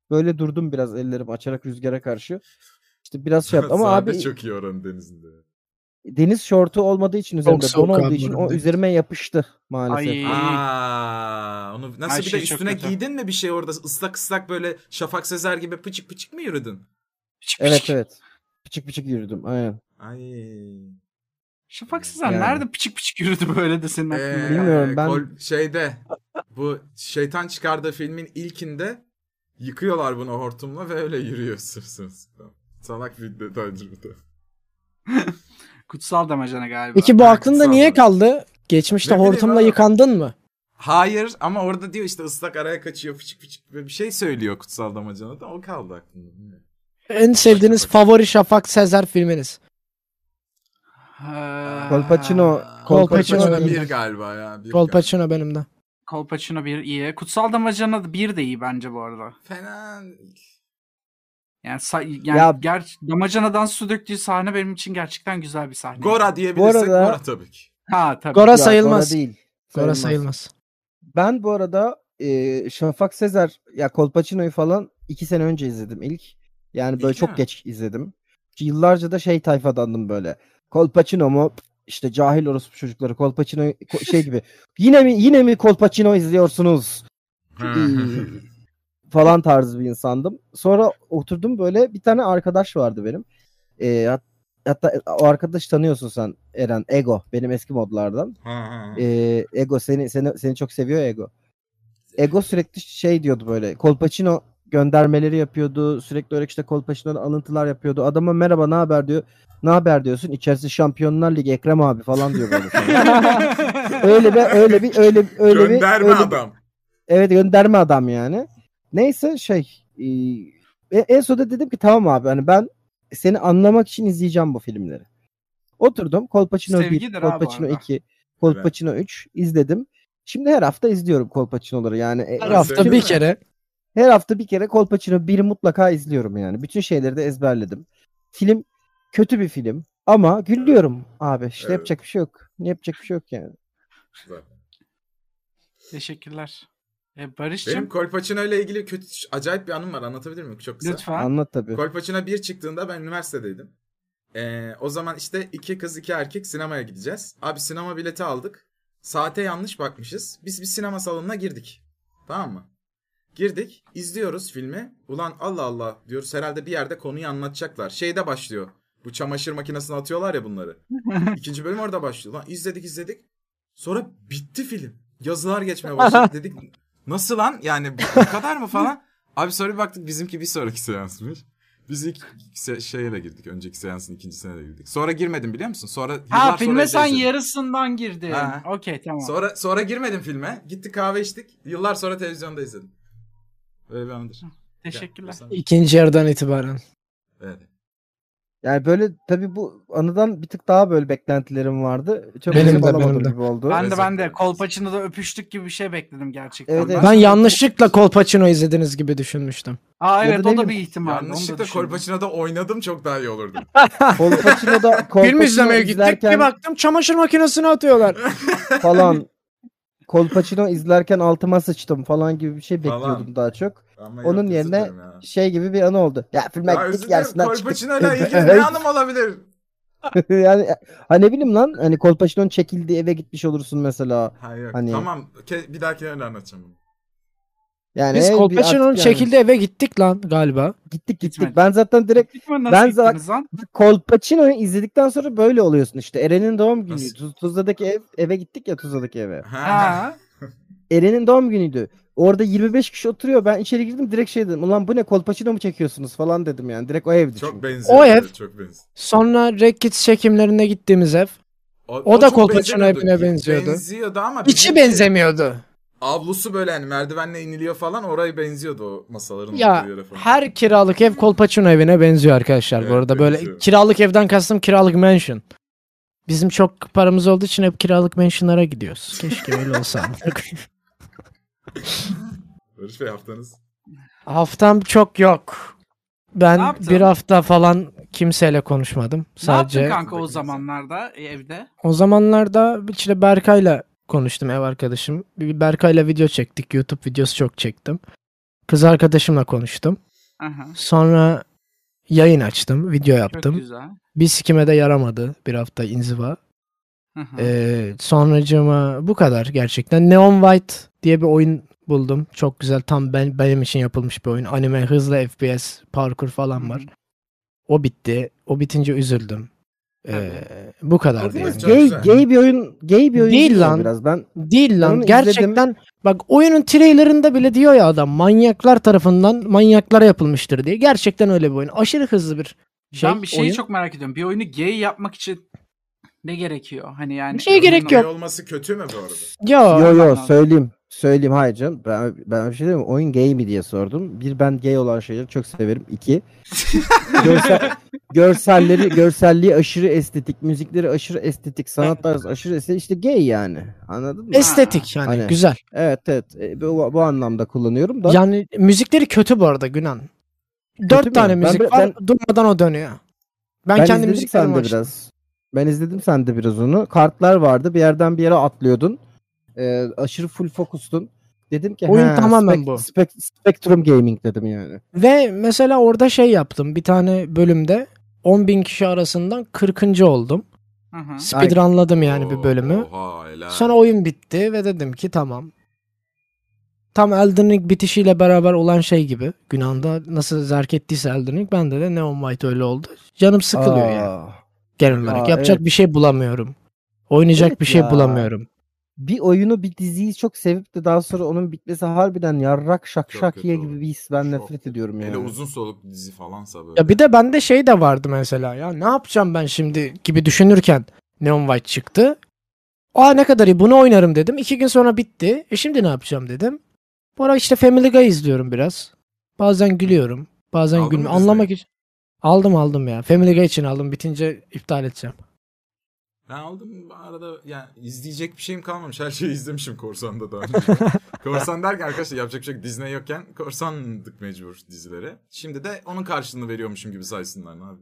Speaker 2: Böyle durdum biraz ellerimi açarak rüzgara karşı. İşte biraz
Speaker 1: <laughs>
Speaker 2: şey yaptım ama
Speaker 1: Sahne
Speaker 2: abi
Speaker 1: çok iyi oranın denizinde.
Speaker 2: deniz şortu olmadığı için üzerimde don
Speaker 3: soğuk abi
Speaker 2: olduğu için o
Speaker 3: buranın
Speaker 2: üzerime yapıştı maalesef.
Speaker 4: Ay.
Speaker 1: Aa, onu nasıl
Speaker 4: Her
Speaker 1: bir
Speaker 4: şey
Speaker 1: de
Speaker 4: çok
Speaker 1: üstüne
Speaker 4: kötü.
Speaker 1: giydin mi bir şey orada ıslak ıslak böyle Şafak Sezer gibi pıçık pıçık mı yürüdün?
Speaker 4: Piçik
Speaker 2: Evet
Speaker 4: piçik.
Speaker 2: evet. Küçük küçük yürüdüm aynen.
Speaker 1: Ay.
Speaker 4: Şafak Sezer
Speaker 2: Yani.
Speaker 4: nerede piçik piçik yürüdü böyle de senin aklına?
Speaker 1: Ee,
Speaker 4: geldi?
Speaker 2: Bilmiyorum ben-
Speaker 1: kol- şeyde bu şeytan çıkardığı filmin ilkinde yıkıyorlar bunu hortumla ve öyle yürüyorsunuz. Salak bir detaycı bu da.
Speaker 4: Kutsal damacana galiba.
Speaker 3: Peki bu
Speaker 1: Ben
Speaker 3: aklında
Speaker 1: kısa
Speaker 3: niye
Speaker 1: olarak-
Speaker 3: kaldı? Geçmişte
Speaker 1: Ne bileyim
Speaker 3: hortumla
Speaker 1: abi.
Speaker 3: yıkandın mı?
Speaker 1: Hayır ama orada diyor işte ıslak araya kaçıyor fıçık fıçık böyle bir şey söylüyor kutsal damacana da o kaldı aklımda. bilmiyorum.
Speaker 3: En sevdiğiniz
Speaker 1: Şafak.
Speaker 3: favori Şafak Sezer filminiz.
Speaker 4: Ee,
Speaker 2: Kolpaçino
Speaker 3: Kolpaçino
Speaker 1: Kolpaçino
Speaker 3: olabilir.
Speaker 1: bir galiba ya. Bir galiba.
Speaker 3: Kolpaçino benim de.
Speaker 4: Kolpaçino bir iyi. Kutsal damacana da bir de iyi bence bu arada.
Speaker 1: Fena.
Speaker 4: Yani, sa- yani
Speaker 2: Ya-
Speaker 4: ger- damacanadan su döktüğü sahne benim için gerçekten güzel bir sahne.
Speaker 1: Gora diyebilirsek
Speaker 2: Bu arada-
Speaker 1: Gora tabii ki.
Speaker 4: Ha
Speaker 2: <laughs>
Speaker 4: tabii.
Speaker 3: Gora
Speaker 2: Ya, sonra
Speaker 3: sayılmaz.
Speaker 2: değil.
Speaker 3: Gora sayılmaz.
Speaker 2: Ben bu arada e, Şafak Sezer ya Kolpaçino'yu falan iki sene önce izledim ilk. Yani böyle
Speaker 1: İlk
Speaker 2: çok
Speaker 1: mi?
Speaker 2: geç izledim. Yıllarca da şey tayfadandım böyle. Kolpaçino mu? İşte cahil orospu çocukları Kolpaçino ko- şey gibi. Yine mi yine mi Kolpaçino izliyorsunuz? falan tarzı bir insandım. Sonra oturdum böyle bir tane arkadaş vardı benim. E, hat- hatta o arkadaş tanıyorsun sen Eren Ego benim eski modlardan.
Speaker 1: Ha, ha.
Speaker 2: Ee, Ego seni, seni seni çok seviyor ya Ego. Ego sürekli şey diyordu böyle. Kolpaçino göndermeleri yapıyordu. Sürekli olarak işte Kolpaçino'dan alıntılar yapıyordu. Adama merhaba ne haber diyor. Ne haber diyorsun? İçerisi Şampiyonlar Ligi Ekrem abi falan diyor böyle. sana. öyle bir öyle bir öyle bir öyle bir
Speaker 1: Gönderme
Speaker 2: öyle bir-
Speaker 1: adam.
Speaker 2: Evet gönderme adam yani. Neyse şey e, e- en sonunda dedim ki tamam abi hani ben seni anlamak için izleyeceğim bu filmleri. Oturdum Kolpaçino 1,
Speaker 4: Sevgidir abi
Speaker 2: Kolpaçino
Speaker 4: arada.
Speaker 2: 2, Kolpaçino 3 izledim. Şimdi her hafta izliyorum Kolpaçino'ları yani. e,
Speaker 3: Her
Speaker 1: Öyle
Speaker 3: hafta
Speaker 1: söyleme.
Speaker 3: bir kere.
Speaker 2: her hafta bir kere Kolpaçino 1'i mutlaka izliyorum yani. Bütün şeyleri de ezberledim. Film kötü bir film ama gülüyorum abi. İşte
Speaker 1: Evet.
Speaker 2: yapacak bir şey yok. Yapacak bir şey yok yani.
Speaker 4: <laughs> Teşekkürler. E,
Speaker 1: Benim
Speaker 4: Barış'cığım
Speaker 1: Kolpaçino ile ilgili kötü acayip bir anım var anlatabilir miyim çok kısa?
Speaker 4: lütfen.
Speaker 2: Anlat tabii.
Speaker 1: Kolpaçino 1 çıktığında ben üniversitedeydim. Ee, o zaman işte iki kız iki erkek sinemaya gideceğiz. Abi sinema bileti aldık. Saate yanlış bakmışız. Biz bir sinema salonuna girdik. Tamam mı? Girdik, izliyoruz filmi. Ulan Allah Allah diyoruz herhalde bir yerde konuyu anlatacaklar. Şeyde başlıyor. Bu çamaşır makinesine atıyorlar ya bunları. İkinci bölüm orada başlıyor. Lan izledik izledik. Sonra bitti film. Yazılar geçmeye başladı dedik. Nasıl lan? Yani bu bu kadar mı falan? Abi sonra bir baktık bizimki bir sonraki seansmış. Biz ilk se- şeyle girdik. Önceki seansın ikincisine de girdik. Sonra girmedim biliyor musun? Sonra
Speaker 4: ha
Speaker 1: yıllar sonra
Speaker 4: filme sen
Speaker 1: izledim.
Speaker 4: yarısından girdin.
Speaker 1: Ha.
Speaker 4: Okey tamam.
Speaker 1: Sonra sonra girmedim filme. Gittik kahve içtik. Yıllar sonra televizyonda izledim. Böyle bir anıdır.
Speaker 4: Teşekkürler.
Speaker 3: İkinci yarıdan itibaren.
Speaker 1: Evet.
Speaker 2: Yani böyle tabii bu anıdan bir tık daha böyle beklentilerim vardı. Çok
Speaker 3: Benim
Speaker 2: benim
Speaker 3: de, benim de.
Speaker 2: gibi oldu.
Speaker 4: Ben de
Speaker 1: Evet,
Speaker 4: ben de
Speaker 1: evet.
Speaker 4: kolpaçını da öpüştük gibi bir şey bekledim gerçekten.
Speaker 2: Evet, evet.
Speaker 3: Ben yanlışlıkla Kolpaçino izlediğiniz gibi düşünmüştüm.
Speaker 4: Aa
Speaker 2: Ya da
Speaker 4: evet
Speaker 2: ne
Speaker 4: o da bir
Speaker 2: bileyim,
Speaker 4: ihtimal. onu da
Speaker 1: Yanlışlıkla
Speaker 4: düşündüm.
Speaker 1: Kolpaçino'da oynadım çok daha iyi olurdu.
Speaker 2: Kolpaçino'da
Speaker 3: <laughs> Film izlemeye
Speaker 2: Kolpaçino
Speaker 3: gittik bir
Speaker 2: izlerken
Speaker 3: baktım çamaşır makinesine atıyorlar.
Speaker 2: falan Kolpaçino izlerken altıma sıçtım falan gibi bir şey
Speaker 1: Falan.
Speaker 2: bekliyordum daha çok.
Speaker 1: Ama
Speaker 2: Onun
Speaker 1: yok,
Speaker 2: yerine-
Speaker 1: üzülürüm ya.
Speaker 2: Şey gibi bir anı oldu. Ya filme
Speaker 1: Ya
Speaker 2: gittik
Speaker 1: üzülürüm.
Speaker 2: yarısından çıktık. <laughs>
Speaker 1: Kolpaçino'yla ilgili ne anım olabilir?
Speaker 2: yani hani ne bileyim lan hani Kolpaçino'nun çekildiği eve gitmiş olursun mesela.
Speaker 1: Hayır yok.
Speaker 2: Hani-
Speaker 1: Tamam. Ke- bir dahaki yerine anlatacağım bunu.
Speaker 2: Yani
Speaker 3: Biz
Speaker 2: bir
Speaker 3: Kolpaçino'nun
Speaker 2: artık yani
Speaker 3: çekildiği eve gittik lan galiba.
Speaker 2: gittik gittik.
Speaker 4: Gitmedik.
Speaker 2: Ben zaten direkt
Speaker 4: Nasıl
Speaker 2: Ben
Speaker 4: ben
Speaker 2: zaten-
Speaker 4: gittiniz lan?
Speaker 2: Kolpaçino'yu izledikten sonra böyle oluyorsun işte. Eren'in doğum günü.
Speaker 1: Nasıl?
Speaker 2: Tuz- Tuzla'daki ev eve gittik ya Tuzla'daki eve.
Speaker 1: Ha.
Speaker 4: Ha.
Speaker 2: Eren'in doğum günüydü. Orada 25 kişi oturuyor. Ben içeri girdim direkt şey dedim. Ulan bu ne Kolpaçino mu çekiyorsunuz falan dedim yani. Direkt o evdi
Speaker 1: Çok
Speaker 2: çünkü.
Speaker 1: benziyor.
Speaker 3: O
Speaker 1: evet,
Speaker 3: ev-
Speaker 1: Çok benziyor.
Speaker 3: Sonra Rekkits çekimlerine gittiğimiz ev. O da
Speaker 1: çok
Speaker 3: Kolpaçino
Speaker 1: benzemiyordu.
Speaker 3: evine benziyordu.
Speaker 1: Benziyordu ama
Speaker 3: İçi
Speaker 1: bizimki
Speaker 3: benzemiyordu.
Speaker 1: Avlusu böyle hani merdivenle iniliyor falan oraya benziyordu o masaların
Speaker 3: Ya
Speaker 1: olduğu yere falan.
Speaker 3: her kiralık ev Kolpaçino evine benziyor arkadaşlar.
Speaker 1: Evet,
Speaker 3: bu arada böyle
Speaker 1: benziyor.
Speaker 3: kiralık evden kastım kiralık mansion. Bizim çok paramız olduğu için hep kiralık mansionlara gidiyoruz. Keşke öyle olsa. <laughs>
Speaker 1: Barış Bey haftanız.
Speaker 3: Haftam çok yok.
Speaker 4: Ne
Speaker 3: Ben
Speaker 4: yaptın?
Speaker 3: bir hafta falan kimseyle konuşmadım.
Speaker 4: Ne
Speaker 3: Sadece
Speaker 4: yaptın kanka o zamanlarda e, evde?
Speaker 3: o zamanlarda işte Berkay'la konuştum ev arkadaşım. Bir Berkay'la video çektik. YouTube videosu çok çektim. Kız arkadaşımla konuştum.
Speaker 4: Aha.
Speaker 3: Sonra yayın açtım, video
Speaker 4: Çok
Speaker 3: yaptım.
Speaker 4: güzel.
Speaker 3: Bir sikime de yaramadı bir hafta inziva.
Speaker 4: Hı hı.
Speaker 3: Ee, sonracığıma bu kadar gerçekten. Neon White diye bir oyun buldum. Çok güzel tam ben benim için yapılmış bir oyun. Anime hızlı FPS parkur falan var.
Speaker 4: Hı hı.
Speaker 3: O bitti. O bitince üzüldüm. Ee,
Speaker 4: Tabii.
Speaker 3: bu kadar
Speaker 1: O
Speaker 3: diye.
Speaker 1: biraz
Speaker 2: Gay,
Speaker 1: Çok güzel.
Speaker 2: gay bir oyun, gay bir oyun
Speaker 3: Değil
Speaker 2: o
Speaker 3: lan.
Speaker 2: Biraz ben
Speaker 3: Değil lan
Speaker 2: Onu izledim.
Speaker 3: gerçekten bak oyunun trailerında bile diyor ya adam manyaklar tarafından manyaklara yapılmıştır diye. Gerçekten öyle bir oyun. Aşırı hızlı bir şey.
Speaker 4: ben bir şeyi
Speaker 3: oyun.
Speaker 4: çok merak ediyorum. Bir oyunu gay yapmak için ne gerekiyor? Hani yani.
Speaker 3: Bir şey şeye gerek
Speaker 1: Gay
Speaker 3: yok.
Speaker 1: olması kötü mü bu arada?
Speaker 3: Yo,
Speaker 2: Yo yo
Speaker 4: anladım.
Speaker 2: söyleyeyim. Söyleyeyim hayır canım. Ben, ben öyle bir şey demiyorum. Oyun gay mi diye sordum. Bir ben gay olan şeyleri çok severim.
Speaker 3: <laughs>
Speaker 2: İki. görsel, görselleri, görselliği aşırı estetik. Müzikleri aşırı estetik. Sanat tarzı aşırı estetik. İşte gay yani. Anladın mı?
Speaker 3: Estetik yani
Speaker 2: Aynen.
Speaker 3: güzel.
Speaker 2: evet evet. E, Bu, bu anlamda kullanıyorum da.
Speaker 3: Yani müzikleri kötü bu arada Günan. Dört
Speaker 2: mü?
Speaker 3: tane
Speaker 2: Ben
Speaker 3: müzik
Speaker 2: bir-
Speaker 3: var durmadan o dönüyor. Ben,
Speaker 2: ben
Speaker 3: kendi
Speaker 2: izledim
Speaker 3: müziklerimi
Speaker 2: sende
Speaker 3: açtım.
Speaker 2: biraz. Ben izledim sende biraz onu. Kartlar vardı. Bir yerden bir yere atlıyordun. E, aşırı full fokustun. Dedim ki
Speaker 3: Oyun
Speaker 2: "Ha,
Speaker 3: tamamen
Speaker 2: spek-
Speaker 3: bu."
Speaker 2: spek- Spectrum Gaming dedim yani.
Speaker 3: Ve mesela orada şey yaptım bir tane bölümde 10.000 kişi arasından 40. oldum.
Speaker 4: Hı hı.
Speaker 3: Speedrunladım yani bir
Speaker 1: Oo,
Speaker 3: bölümü.
Speaker 1: Oha helal.
Speaker 3: Sonra oyun bitti ve dedim ki tamam. Tam Elden Ring bitişiyle beraber olan şey gibi. Günah'da nasıl zerk ettiyse Elden Ring bende de Neon White öyle oldu. Canım sıkılıyor
Speaker 2: Aa.
Speaker 3: yani genel olarak.
Speaker 2: Aa,
Speaker 3: Yapacak
Speaker 2: evet.
Speaker 3: bir şey bulamıyorum. Oynayacak
Speaker 2: Evet
Speaker 3: bir şey
Speaker 2: ya.
Speaker 3: bulamıyorum.
Speaker 2: bir oyunu bir diziyi çok sevip de daha sonra onun bitmesi harbiden yarrak şak
Speaker 1: Çok
Speaker 2: şak
Speaker 1: kötü
Speaker 2: ye
Speaker 1: oldu.
Speaker 2: gibi bir his ben
Speaker 1: Çok
Speaker 2: nefret
Speaker 1: kötü.
Speaker 2: ediyorum
Speaker 1: Hele
Speaker 2: yani.
Speaker 1: uzun soluklu dizi falansa böyle.
Speaker 3: Ya bir de bende şey de vardı mesela ya ne yapacağım ben şimdi gibi düşünürken Neon White çıktı. Aa ne kadar iyi bunu oynarım dedim. İki gün sonra bitti. E şimdi ne yapacağım dedim. Bu ara işte Family Guy izliyorum biraz. Bazen gülüyorum. Bazen
Speaker 1: Aldın mı
Speaker 3: gülmüyorum.
Speaker 1: Disney?
Speaker 3: Anlamak için. Aldım aldım ya. Family Guy için aldım. Bitince iptal edeceğim.
Speaker 1: Ben aldım arada yani izleyecek bir şeyim kalmamış. Her şeyi izlemişim Korsan'da
Speaker 3: <laughs>
Speaker 1: daha önce. Korsan derken arkadaşlar yapacak bir şey yok. Disney yokken Korsan'dık mecbur dizilere. Şimdi de onun karşılığını veriyormuşum gibi saysınlar lan abi.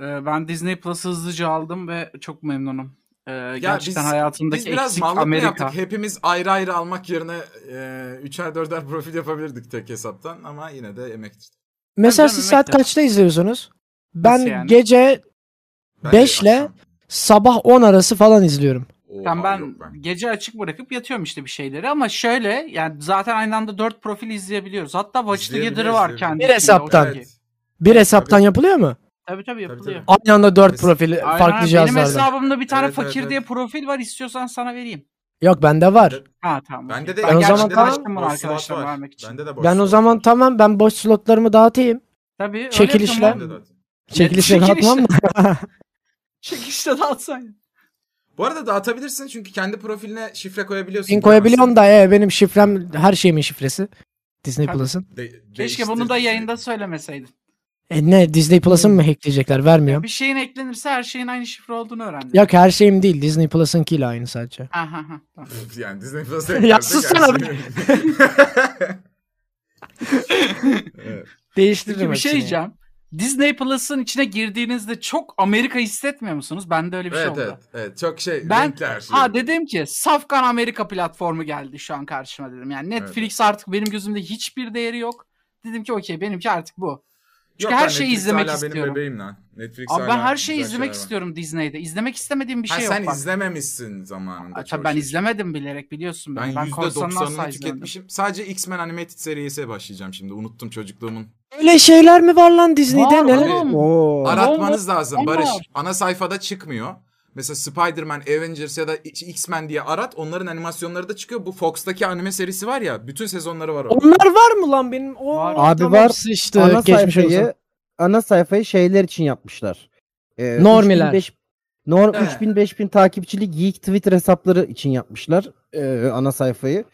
Speaker 4: Ee, ben Disney Plus'ı hızlıca aldım ve çok memnunum. Ee, gerçekten
Speaker 1: biz-
Speaker 4: hayatımdaki
Speaker 1: Biz biraz
Speaker 4: eksik
Speaker 1: mallık mı
Speaker 4: Amerika.
Speaker 1: yaptık? Hepimiz ayrı ayrı almak yerine e, üçer dörder profil yapabilirdik tek hesaptan ama yine de emek.
Speaker 3: Mesela
Speaker 4: canım,
Speaker 3: siz saat
Speaker 4: bekle.
Speaker 3: kaçta izliyorsunuz? Ben
Speaker 4: Nasıl yani?
Speaker 3: gece
Speaker 1: Bence
Speaker 3: Beşle-
Speaker 1: akşam-
Speaker 3: sabah 10 arası falan izliyorum.
Speaker 1: Oha,
Speaker 4: Tam ben
Speaker 1: yok ben.
Speaker 4: gece açık bırakıp yatıyorum işte bir şeyleri ama şöyle yani zaten aynı anda dört profil izleyebiliyoruz. Hatta Watch the
Speaker 1: İzleyebiliyoruz,
Speaker 4: Gather'ı var
Speaker 1: izleyebiliyoruz.
Speaker 4: kendi.
Speaker 3: Bir
Speaker 4: içinde, o
Speaker 3: hesaptan.
Speaker 4: çok iyi.
Speaker 1: Evet.
Speaker 3: Bir hesaptan
Speaker 1: Tabii.
Speaker 3: yapılıyor mu?
Speaker 4: Tabii tabii yapılıyor.
Speaker 1: tabii.
Speaker 3: Aynı anda 4
Speaker 1: Biz-
Speaker 3: profil
Speaker 4: Aynen,
Speaker 3: farklı
Speaker 4: Benim
Speaker 3: cihazlardan.
Speaker 4: hesabımda bir tane
Speaker 1: Evet,
Speaker 4: fakir
Speaker 1: evet,
Speaker 4: diye
Speaker 1: evet.
Speaker 4: profil var istiyorsan sana vereyim.
Speaker 3: Yok bende var.
Speaker 4: Ha tamam.
Speaker 1: Bende
Speaker 4: okey.
Speaker 1: de
Speaker 3: Ben o
Speaker 1: bende
Speaker 3: zaman
Speaker 1: de
Speaker 3: tamam.
Speaker 1: boş
Speaker 4: açtım bunu
Speaker 1: slot
Speaker 4: arkadaşlarıma
Speaker 1: var.
Speaker 4: vermek için.
Speaker 1: Bende de boş
Speaker 3: Ben o
Speaker 1: slot
Speaker 3: zaman
Speaker 1: var.
Speaker 3: tamam ben boş slotlarımı dağıtayım.
Speaker 4: Tabii öyle
Speaker 3: Çekilişle-
Speaker 4: yapıyorum
Speaker 1: Bende
Speaker 4: oğlum.
Speaker 1: de var.
Speaker 3: Çekilişe
Speaker 4: Çekilişle.
Speaker 3: katmam mı?
Speaker 4: Çekişte de alsan.
Speaker 1: Bu arada dağıtabilirsin çünkü kendi profiline şifre koyabiliyorsun.
Speaker 3: Pin koyabiliyorum
Speaker 1: Görmezsen.
Speaker 3: da e, benim şifrem her şeyimin şifresi. Disney
Speaker 4: Tabii.
Speaker 3: Plus'ın.
Speaker 1: De-
Speaker 4: Keşke bunu da
Speaker 1: değiştirseydin. <laughs>
Speaker 4: yayında söylemeseydin.
Speaker 3: E ne Disney Plus'ın mı hackleyecekler vermiyorum.
Speaker 4: Bir şeyin eklenirse her şeyin aynı şifre olduğunu öğrendim.
Speaker 3: Yok her şeyim değil Disney Plus'ınkiyle aynı sadece.
Speaker 4: Aha, aha, tamam.
Speaker 1: yani Disney
Speaker 3: <laughs>
Speaker 1: Plus'a
Speaker 3: Ya sussana
Speaker 1: <laughs>
Speaker 3: bir.
Speaker 1: evet.
Speaker 3: Değiştiririm
Speaker 4: Peki bir
Speaker 2: şey
Speaker 3: hepsini.
Speaker 4: şey diyeceğim. Disney Plus'ın içine girdiğinizde çok Amerika hissetmiyor musunuz? Bende öyle bir şey
Speaker 1: Evet
Speaker 4: oldu.
Speaker 1: evet, evet. Çok şey
Speaker 4: Ben-
Speaker 1: renkli her şey.
Speaker 4: Ha dedim ki Safkan Amerika platformu geldi şu an karşıma dedim. Yani Netflix artık benim gözümde hiçbir değeri yok. Dedim ki okey benimki artık bu. Çünkü
Speaker 1: Yok
Speaker 4: her
Speaker 1: lan,
Speaker 4: şeyi
Speaker 1: Netflix
Speaker 4: izlemek
Speaker 1: hala
Speaker 4: istiyorum.
Speaker 1: benim bebeğim lan. Netflix
Speaker 4: Abi ben
Speaker 1: hala
Speaker 4: her şeyi
Speaker 1: güzel
Speaker 4: izlemek
Speaker 1: şeyler var.
Speaker 4: istiyorum Disney'de. İzlemek istemediğim bir
Speaker 1: Ha,
Speaker 4: şey
Speaker 1: sen
Speaker 4: yok. bak.
Speaker 1: izlememişsin zamanında.
Speaker 4: Aa,
Speaker 1: çoğu
Speaker 4: Tabii ben
Speaker 1: şey.
Speaker 4: izlemedim bilerek biliyorsun. beni.
Speaker 1: Ben
Speaker 4: ben korsanlar
Speaker 1: %90'ını
Speaker 4: saydım.
Speaker 1: tüketmişim. Sadece X-Men Animated serisiye başlayacağım şimdi. Unuttum çocukluğumun.
Speaker 3: Öyle şeyler mi var lan Disney'de?
Speaker 4: Var
Speaker 3: Neler?
Speaker 1: oğlum.
Speaker 2: Oo.
Speaker 1: Aratmanız lazım
Speaker 4: Ama-
Speaker 1: Barış. Ana sayfada çıkmıyor. Mesela Spider-Man, Avengers ya da X-Men diye arat. Onların animasyonları da çıkıyor. Bu Fox'taki anime serisi var ya. Bütün sezonları var orada.
Speaker 3: Onlar var mı lan benim? Oo,
Speaker 4: Var.
Speaker 3: tamam,
Speaker 2: Abi var.
Speaker 3: Sıçtı.
Speaker 2: ana
Speaker 3: Geçmiş
Speaker 2: sayfayı
Speaker 3: olsun.
Speaker 2: ana sayfayı şeyler için yapmışlar. Ee,
Speaker 3: Normiler.
Speaker 2: 3000, 5000 Norm
Speaker 1: Evet.
Speaker 2: 3000 5000 takipçili geek Twitter hesapları için yapmışlar ee, ana sayfayı.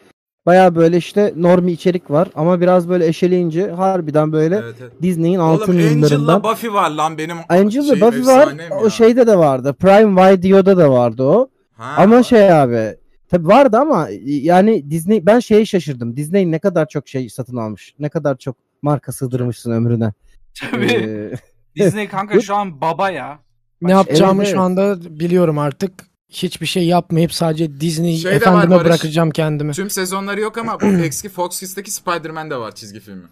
Speaker 2: Baya böyle işte normi içerik var ama biraz böyle eşeleyince harbiden böyle
Speaker 1: Evet, evet.
Speaker 2: Disney'in altın
Speaker 1: Oğlum
Speaker 2: yıllarından.
Speaker 1: Angel'la Buffy var lan benim.
Speaker 2: Angel ve
Speaker 1: şeyim,
Speaker 2: Buffy var.
Speaker 1: efsanem ya.
Speaker 2: O şey- şeyde de vardı. Prime Video'da da vardı o.
Speaker 1: Ha,
Speaker 2: Ama şey abi. Tabi vardı ama yani Disney ben şeye şaşırdım. Disney ne kadar çok şey satın almış. Ne kadar çok marka
Speaker 1: <laughs>
Speaker 2: sığdırmışsın ömrüne.
Speaker 4: <laughs> Tabii.
Speaker 2: Ee,
Speaker 4: Disney kanka şu an baba ya.
Speaker 3: Ne yapacağımı
Speaker 2: Evet,
Speaker 3: şu
Speaker 2: evet.
Speaker 3: anda biliyorum artık. Hiçbir şey yapmayıp sadece Disney
Speaker 1: Şey de var
Speaker 3: efendime
Speaker 1: Barış.
Speaker 3: bırakacağım kendimi.
Speaker 1: Tüm sezonları yok
Speaker 2: <clears throat>
Speaker 1: ama bu eski Fox Kids'teki Spider-Man de var çizgi filmi.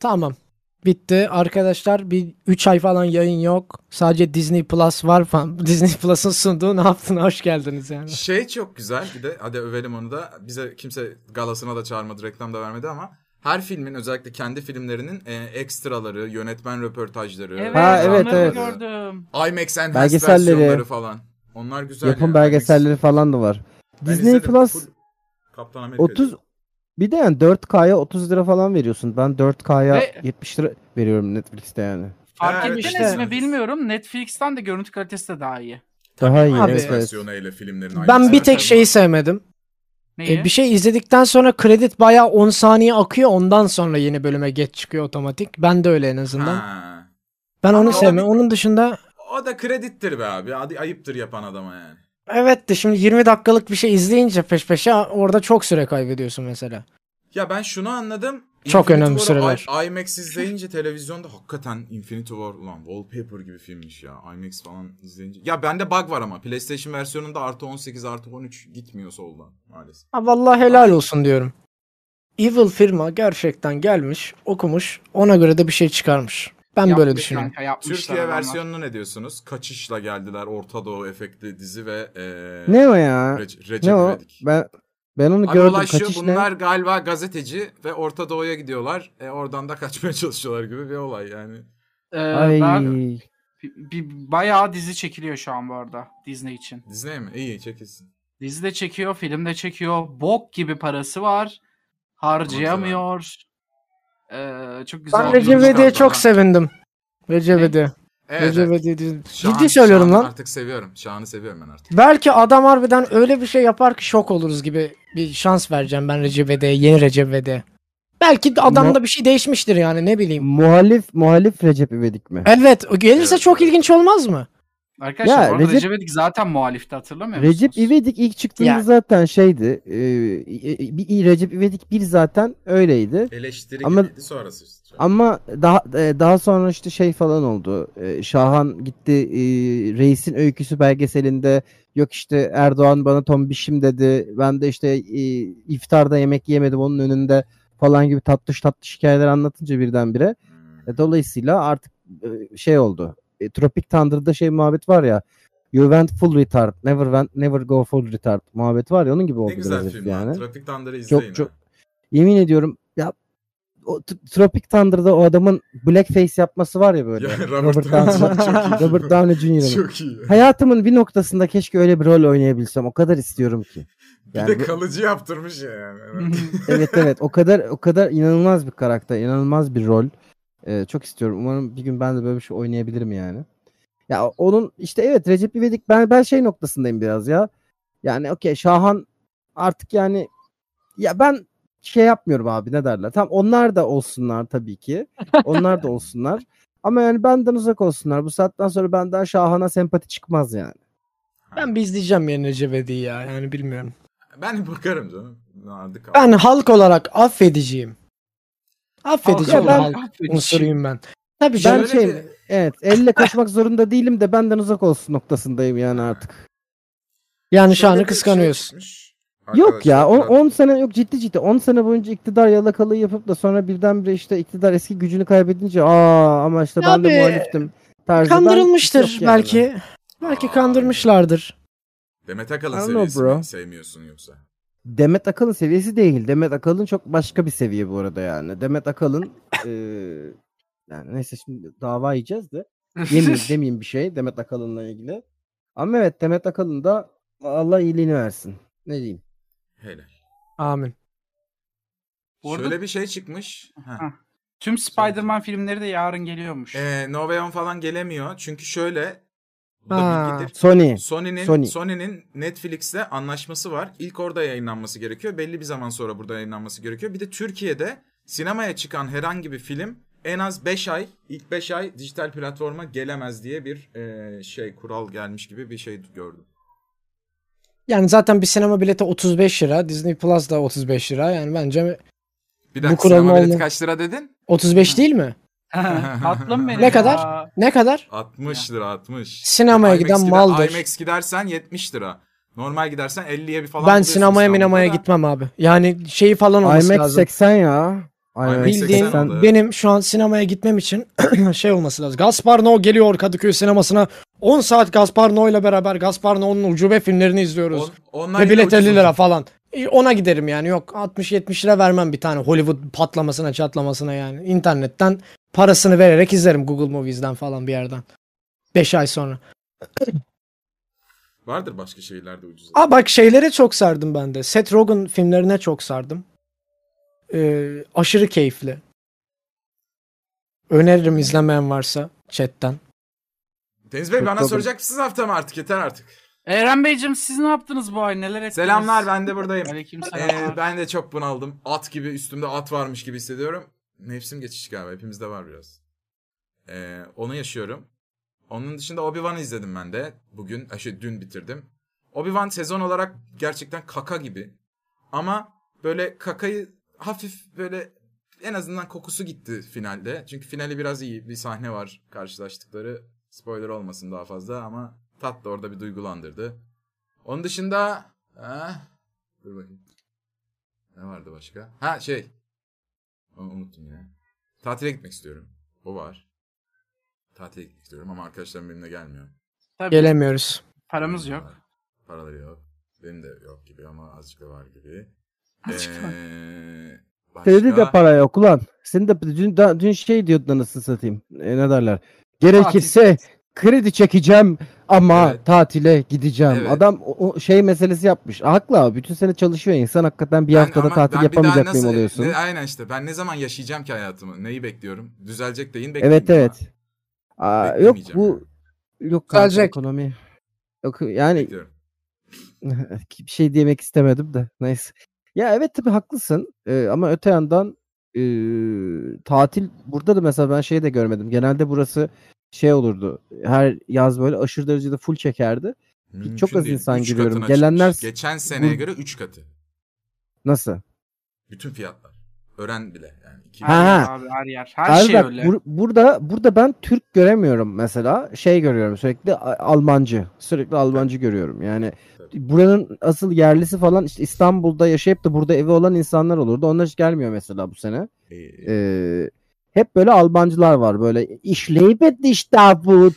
Speaker 3: Tamam. Bitti. Arkadaşlar bir 3 ay falan yayın yok. Sadece Disney Plus var falan. <laughs> Disney Plus'ın sunduğu ne yaptın? Hoş geldiniz yani.
Speaker 1: Şey çok güzel bir de hadi övelim onu da bize kimse galasına da çağırmadı reklam da vermedi ama her filmin özellikle kendi filmlerinin e, ekstraları, yönetmen röportajları,
Speaker 4: Evet,
Speaker 2: Ha, evet,
Speaker 4: onları
Speaker 2: evet.
Speaker 4: gördüm.
Speaker 1: IMAX Enhanced
Speaker 2: Belgeselleri.
Speaker 1: versiyonları falan. Onlar güzel.
Speaker 2: yapım
Speaker 1: ya.
Speaker 2: belgeselleri falan da var.
Speaker 1: Ben
Speaker 2: Disney
Speaker 1: izledim.
Speaker 2: Plus
Speaker 1: Full Kaptan Amerika
Speaker 2: 30 bir de yani 4K'ya 30 lira falan veriyorsun. Ben 4K'ya
Speaker 4: Ve-
Speaker 2: 70 lira veriyorum Netflix'te yani.
Speaker 4: Fark
Speaker 1: Evet,
Speaker 4: ettiniz
Speaker 3: işte.
Speaker 4: mi bilmiyorum. Netflix'ten de görüntü kalitesi de daha
Speaker 3: E,
Speaker 4: iyi.
Speaker 2: Daha iyi.
Speaker 1: IMAX
Speaker 3: Abi,
Speaker 2: evet, evet.
Speaker 1: versiyonu ile filmlerin
Speaker 3: Ben
Speaker 1: aynısı.
Speaker 3: bir tek şey şeyi sevmedim.
Speaker 4: Neyi?
Speaker 3: E, bir şey izledikten sonra kredi bayağı 10 saniye akıyor. Ondan sonra yeni bölüme geç çıkıyor otomatik. Ben de öyle en azından.
Speaker 1: Ha.
Speaker 3: Ben
Speaker 1: Ama
Speaker 3: onu
Speaker 1: o da
Speaker 3: sevmem.
Speaker 1: bir-
Speaker 3: Onun dışında
Speaker 1: O da kredittir be abi. Hadi ayıptır yapan adama yani.
Speaker 3: evet de şimdi 20 dakikalık bir şey izleyince peş peşe orada çok süre kaybediyorsun mesela.
Speaker 1: Ya ben şunu anladım.
Speaker 3: Çok önemli
Speaker 1: War'ı
Speaker 3: süreler.
Speaker 1: I- IMAX izleyince televizyonda hakikaten Infinity War ulan wallpaper gibi filmmiş ya. IMAX falan izleyince. Ya bende bug var ama. PlayStation versiyonunda artı 18 artı 13 gitmiyor soldan maalesef.
Speaker 3: Ha, vallahi helal olsun diyorum. Evil firma gerçekten gelmiş, okumuş, ona göre de bir şey çıkarmış. Ben böyle
Speaker 4: Yapmış
Speaker 3: düşünüyorum.
Speaker 4: kanka, yapmışlar
Speaker 1: Türkiye
Speaker 4: adamlar.
Speaker 1: versiyonuna ne diyorsunuz? Kaçışla geldiler Orta Doğu efektli dizi ve eee
Speaker 2: Ne o ya?
Speaker 1: Rece- Recep
Speaker 2: Ne o?
Speaker 1: İvedik.
Speaker 2: Ben ben onu
Speaker 1: Abi
Speaker 2: gördüm.
Speaker 1: olay şu,
Speaker 2: Kaçış ne?
Speaker 1: bunlar galiba gazeteci ve Orta Doğu'ya gidiyorlar. E, oradan da kaçmaya <laughs> çalışıyorlar gibi bir olay yani.
Speaker 4: Ee,
Speaker 2: Ay.
Speaker 4: ben- bi- bi- bayağı dizi çekiliyor şu an bu arada Disney için.
Speaker 1: Disney mi? İyi çekilsin.
Speaker 4: Dizi de çekiyor, film de çekiyor. Bok gibi parası var. Harcayamıyor. Ee, çok güzel.
Speaker 3: Ben
Speaker 4: bir-
Speaker 3: Recep İvedik'e
Speaker 1: Pardon,
Speaker 3: çok
Speaker 1: ha.
Speaker 3: sevindim. Recep
Speaker 4: Ne?
Speaker 3: İvedik.
Speaker 1: Evet,
Speaker 3: Recep
Speaker 1: evet.
Speaker 3: İvedik dizi-
Speaker 1: Şahan-
Speaker 3: Ciddi söylüyorum
Speaker 1: Şahan'ı
Speaker 3: lan.
Speaker 1: Artık seviyorum. Şahan'ı seviyorum ben artık.
Speaker 3: Belki adam harbiden öyle bir şey yapar ki şok oluruz gibi bir şans vereceğim ben Recep İvedik'e, yeni Recep İvedik'e. Belki de adamda bir şey değişmiştir yani ne bileyim.
Speaker 2: Muhalif muhalif Recep İvedik mi?
Speaker 3: Evet, o gelirse
Speaker 1: Evet,
Speaker 3: çok
Speaker 1: evet.
Speaker 3: ilginç olmaz mı?
Speaker 4: Arkadaşlar
Speaker 2: Ya,
Speaker 4: bu arada
Speaker 2: Recep-
Speaker 4: Recep İvedik zaten muhalifti hatırlamıyor
Speaker 2: Recep
Speaker 4: <laughs> musunuz?
Speaker 2: İvedik ilk çıktığında
Speaker 3: Ya.
Speaker 2: zaten şeydi. e, e, e, bir Recep İvedik bir zaten öyleydi.
Speaker 1: Eleştiri
Speaker 2: Ama-
Speaker 1: gibiydi sonrası. işte.
Speaker 2: Ama daha e, daha sonra işte şey falan oldu. E, Şahan gitti e, Reis'in öyküsü belgeselinde yok işte Erdoğan bana tombişim dedi. Ben de işte e, iftarda yemek yemedim onun önünde falan gibi tatlış tatlış hikayeler anlatınca birdenbire.
Speaker 1: Hmm.
Speaker 2: E, Dolayısıyla artık e, şey oldu. E, Tropic Thunder'da şey muhabbet var ya. You went full retard. Never went, never go full retard. Muhabbet var ya onun gibi oldu
Speaker 1: ne güzel
Speaker 2: biraz herif
Speaker 1: film yani.
Speaker 2: yani.
Speaker 1: Trafik Thunder'ı izleyin.
Speaker 2: çok- Yemin ediyorum ya o t- Tropic Thunder'da o adamın blackface yapması var ya böyle.
Speaker 1: Ya, Robert
Speaker 2: Downey-
Speaker 1: Downey çok iyi.
Speaker 2: Robert Downey Jr.'ın.
Speaker 1: Çok iyi.
Speaker 2: Hayatımın bir noktasında keşke öyle bir rol oynayabilsem. O kadar istiyorum ki.
Speaker 1: Bir
Speaker 2: <laughs> Yani
Speaker 1: de
Speaker 2: bu-
Speaker 1: kalıcı yaptırmış ya
Speaker 2: <laughs>
Speaker 1: yani.
Speaker 2: evet evet o kadar o kadar inanılmaz bir karakter, inanılmaz bir rol. Ee, çok istiyorum. Umarım bir gün ben de böyle bir şey oynayabilirim yani. Ya onun işte evet Recep İvedik ben ben şey noktasındayım biraz ya. Yani okey Şahan artık yani ya ben şey yapmıyorum abi ne derler. Tam onlar da olsunlar tabii ki. Onlar da olsunlar. Ama yani benden uzak olsunlar. Bu saatten sonra benden Şahan'a sempati çıkmaz yani.
Speaker 3: Ben bir izleyeceğim yeni Recep İvedik'i ya yani bilmiyorum.
Speaker 1: ben bakarım canım. Nadık abi.
Speaker 3: Ben halk olarak affediciyim. Affediciyim
Speaker 2: Ya ben-
Speaker 3: halk unsuruyum ben. Tabii
Speaker 2: Ben
Speaker 3: canım.
Speaker 1: Şöyle
Speaker 2: şeyim.
Speaker 1: bir-
Speaker 2: Evet. Elle koşmak zorunda değilim de benden uzak olsun noktasındayım yani artık.
Speaker 3: Yani şu
Speaker 1: Şöyle
Speaker 3: anı
Speaker 1: bir şey
Speaker 3: kıskanıyorsun.
Speaker 1: çıkmış.
Speaker 2: Yok ya
Speaker 1: Arkadaşlar,
Speaker 2: 10 sene yok ciddi ciddi 10 sene boyunca iktidar yalakalığı yapıp da sonra birdenbire işte iktidar eski gücünü kaybedince aa ama işte ben
Speaker 3: Abi,
Speaker 2: de muhaliftim tarzından
Speaker 3: Kandırılmıştır
Speaker 2: yok yani.
Speaker 3: belki. Belki kandırmışlardır.
Speaker 1: Demet Akalın
Speaker 2: I don't
Speaker 1: serisi
Speaker 2: know, bro.
Speaker 1: mi sevmiyorsun yoksa?
Speaker 2: Demet Akalın seviyesi değil. Demet Akalın çok başka bir seviye bu arada yani. Demet
Speaker 3: <laughs>
Speaker 2: Akalın eee, yani neyse şimdi dava yiyeceğiz de
Speaker 4: <laughs>
Speaker 3: <laughs>
Speaker 2: yemeyeyim demeyeyim bir şey Demet Akalın'la ilgili. Ama evet Demet Akalın da Allah iyiliğini versin. Ne diyeyim?
Speaker 1: Helal.
Speaker 3: Amin.
Speaker 4: Bu arada-
Speaker 1: Şöyle bir şey çıkmış. Heh.
Speaker 4: Ha. Tüm Spider-Man filmleri de yarın geliyormuş.
Speaker 1: Ee, No Way Home falan gelemiyor. Çünkü şöyle bu da
Speaker 3: Ha.
Speaker 1: bilgidir.
Speaker 2: Sony.
Speaker 1: Sony'nin
Speaker 2: Sony.
Speaker 1: Sony'nin Netflix'le anlaşması var. İlk orada yayınlanması gerekiyor. Belli bir zaman sonra burada yayınlanması gerekiyor. Bir de Türkiye'de sinemaya çıkan herhangi bir film en az 5 ay, ilk 5 ay dijital platforma gelemez diye bir e, şey kural gelmiş gibi bir şey gördüm.
Speaker 3: Yani zaten bir sinema bileti 35 lira. Disney Plus da 35 lira. Yani bence
Speaker 1: Bir
Speaker 3: Bu
Speaker 1: dakika
Speaker 3: kural
Speaker 1: sinema
Speaker 3: mı
Speaker 1: bileti
Speaker 3: oldu?
Speaker 1: kaç lira dedin?
Speaker 3: 35 değil mi?
Speaker 4: <laughs> Tatlım benim.
Speaker 3: Ne kadar?
Speaker 4: ya.
Speaker 3: Ne kadar?
Speaker 1: 60 lira 60.
Speaker 3: Sinemaya
Speaker 1: IMAX
Speaker 3: giden
Speaker 1: gider-
Speaker 3: maldır.
Speaker 1: IMAX gidersen 70 lira. Normal gidersen 50'ye bir falan.
Speaker 3: ben
Speaker 1: gidiyorsun
Speaker 3: sinemaya
Speaker 1: İstanbul'da
Speaker 3: minemaya
Speaker 1: da.
Speaker 3: gitmem abi. Yani şeyi falan olması
Speaker 2: IMAX
Speaker 3: lazım.
Speaker 2: 80 ya. IMAX
Speaker 3: Bildiğin
Speaker 1: 80 oldu, evet.
Speaker 3: benim şu an sinemaya gitmem için <clears throat> şey olması lazım. Gaspar Noé geliyor Kadıköy sinemasına. 10 saat Gaspar Noé ile beraber Gaspar Noé'nun ucube filmlerini izliyoruz.
Speaker 1: On- onlar
Speaker 3: Ve
Speaker 1: yine
Speaker 3: E, bilet
Speaker 1: ucuz
Speaker 3: 50
Speaker 1: olacak.
Speaker 3: lira falan. E, Ona giderim yani. Yok 60-70 lira vermem bir tane Hollywood patlamasına çatlamasına yani. İnternetten parasını vererek izlerim Google Movies'den falan bir yerden. 5 ay sonra.
Speaker 1: Vardır başka şeyler de ucuz.
Speaker 3: Aa bak şeylere çok sardım ben de. Seth Rogen filmlerine çok sardım. Ee, aşırı keyifli. Öneririm izlemeyen varsa chatten.
Speaker 1: Deniz Bey
Speaker 2: Çok
Speaker 1: bana
Speaker 2: doğru.
Speaker 1: soracak mısınız hafta mı artık? Yeter artık.
Speaker 4: Eren Beyciğim siz ne yaptınız bu ay? Neler ettiniz?
Speaker 1: Selamlar ben de buradayım.
Speaker 4: Aleyküm
Speaker 1: Ee,
Speaker 4: selamlar.
Speaker 1: ben de çok bunaldım. At gibi üstümde at varmış gibi hissediyorum. Nefsim geçişi galiba hepimizde var biraz. Ee, onu yaşıyorum. Onun dışında Obi-Wan'ı izledim ben de. Bugün, e, şey, dün bitirdim. Obi-Wan sezon olarak gerçekten kaka gibi. Ama böyle kakayı hafif böyle en azından kokusu gitti finalde. Çünkü finali biraz iyi bir sahne var karşılaştıkları. Spoiler olmasın daha fazla ama tatlı orada bir duygulandırdı. Onun dışında... Ah, dur bakayım. Ne vardı başka? Ha şey. Onu unuttum ya. Tatile gitmek istiyorum. O var. Tatile gitmek istiyorum ama arkadaşlarım benimle gelmiyor.
Speaker 4: Tabii
Speaker 3: Gelemiyoruz.
Speaker 4: paramız yok.
Speaker 1: Paraları yok. Benim de yok gibi ama azıcık da var gibi.
Speaker 4: Azıcık da var.
Speaker 1: Ee, başka...
Speaker 2: Senin de para yok ulan. Senin de dün, da- dün şey diyordun anasını satayım. E, ne derler? Gerekirse kredi çekeceğim ama
Speaker 1: Evet.
Speaker 2: tatile gideceğim.
Speaker 1: Evet.
Speaker 2: Adam o, o şey meselesi yapmış. Haklı abi. Bütün sene çalışıyor insan. Hakikaten bir
Speaker 1: Ben
Speaker 2: haftada
Speaker 1: ama ben
Speaker 2: tatil
Speaker 1: bir
Speaker 2: yapamayacak
Speaker 1: daha
Speaker 2: mıyım
Speaker 1: nasıl-
Speaker 2: oluyorsun?
Speaker 1: ne- aynen işte. Ben ne zaman yaşayacağım ki hayatımı? Neyi bekliyorum? Düzelecek deyin bekleyeyim
Speaker 2: evet
Speaker 1: ama.
Speaker 2: evet. Aa, yok
Speaker 1: Beklemeyeceğim
Speaker 2: bu yok kanka,
Speaker 3: Gelecek.
Speaker 2: ekonomi. Yok yani
Speaker 1: Bekliyorum.
Speaker 2: bir şey demek istemedim de neyse. Ya evet tabii haklısın Ee, ama öte yandan ee, tatil burada da mesela ben şeyi de görmedim. Genelde burası şey olurdu. Her yaz böyle aşırı derecede full çekerdi.
Speaker 1: Mümkün
Speaker 2: Çok az
Speaker 1: değil.
Speaker 2: insan
Speaker 1: Üç
Speaker 2: görüyorum.
Speaker 1: katına çıkmış.
Speaker 2: Gelenler-
Speaker 1: Geçen seneye göre 3 katı.
Speaker 2: Nasıl?
Speaker 1: Bütün fiyatlar. Ören bile yani. İki-
Speaker 4: Her
Speaker 2: Ha.
Speaker 4: yer abi her yer. Her
Speaker 2: Abi
Speaker 4: şey
Speaker 2: bak,
Speaker 4: öyle.
Speaker 2: bur- burada burada ben Türk göremiyorum mesela. Şey görüyorum sürekli A- Almancı. Sürekli Almancı görüyorum. Yani
Speaker 1: Tabii.
Speaker 2: buranın asıl yerlisi falan işte İstanbul'da yaşayıp da burada evi olan insanlar olurdu. Onlar hiç gelmiyor mesela bu sene.
Speaker 1: Ee,
Speaker 2: Ee, hep böyle Almancılar var böyle işleyip etti işte bu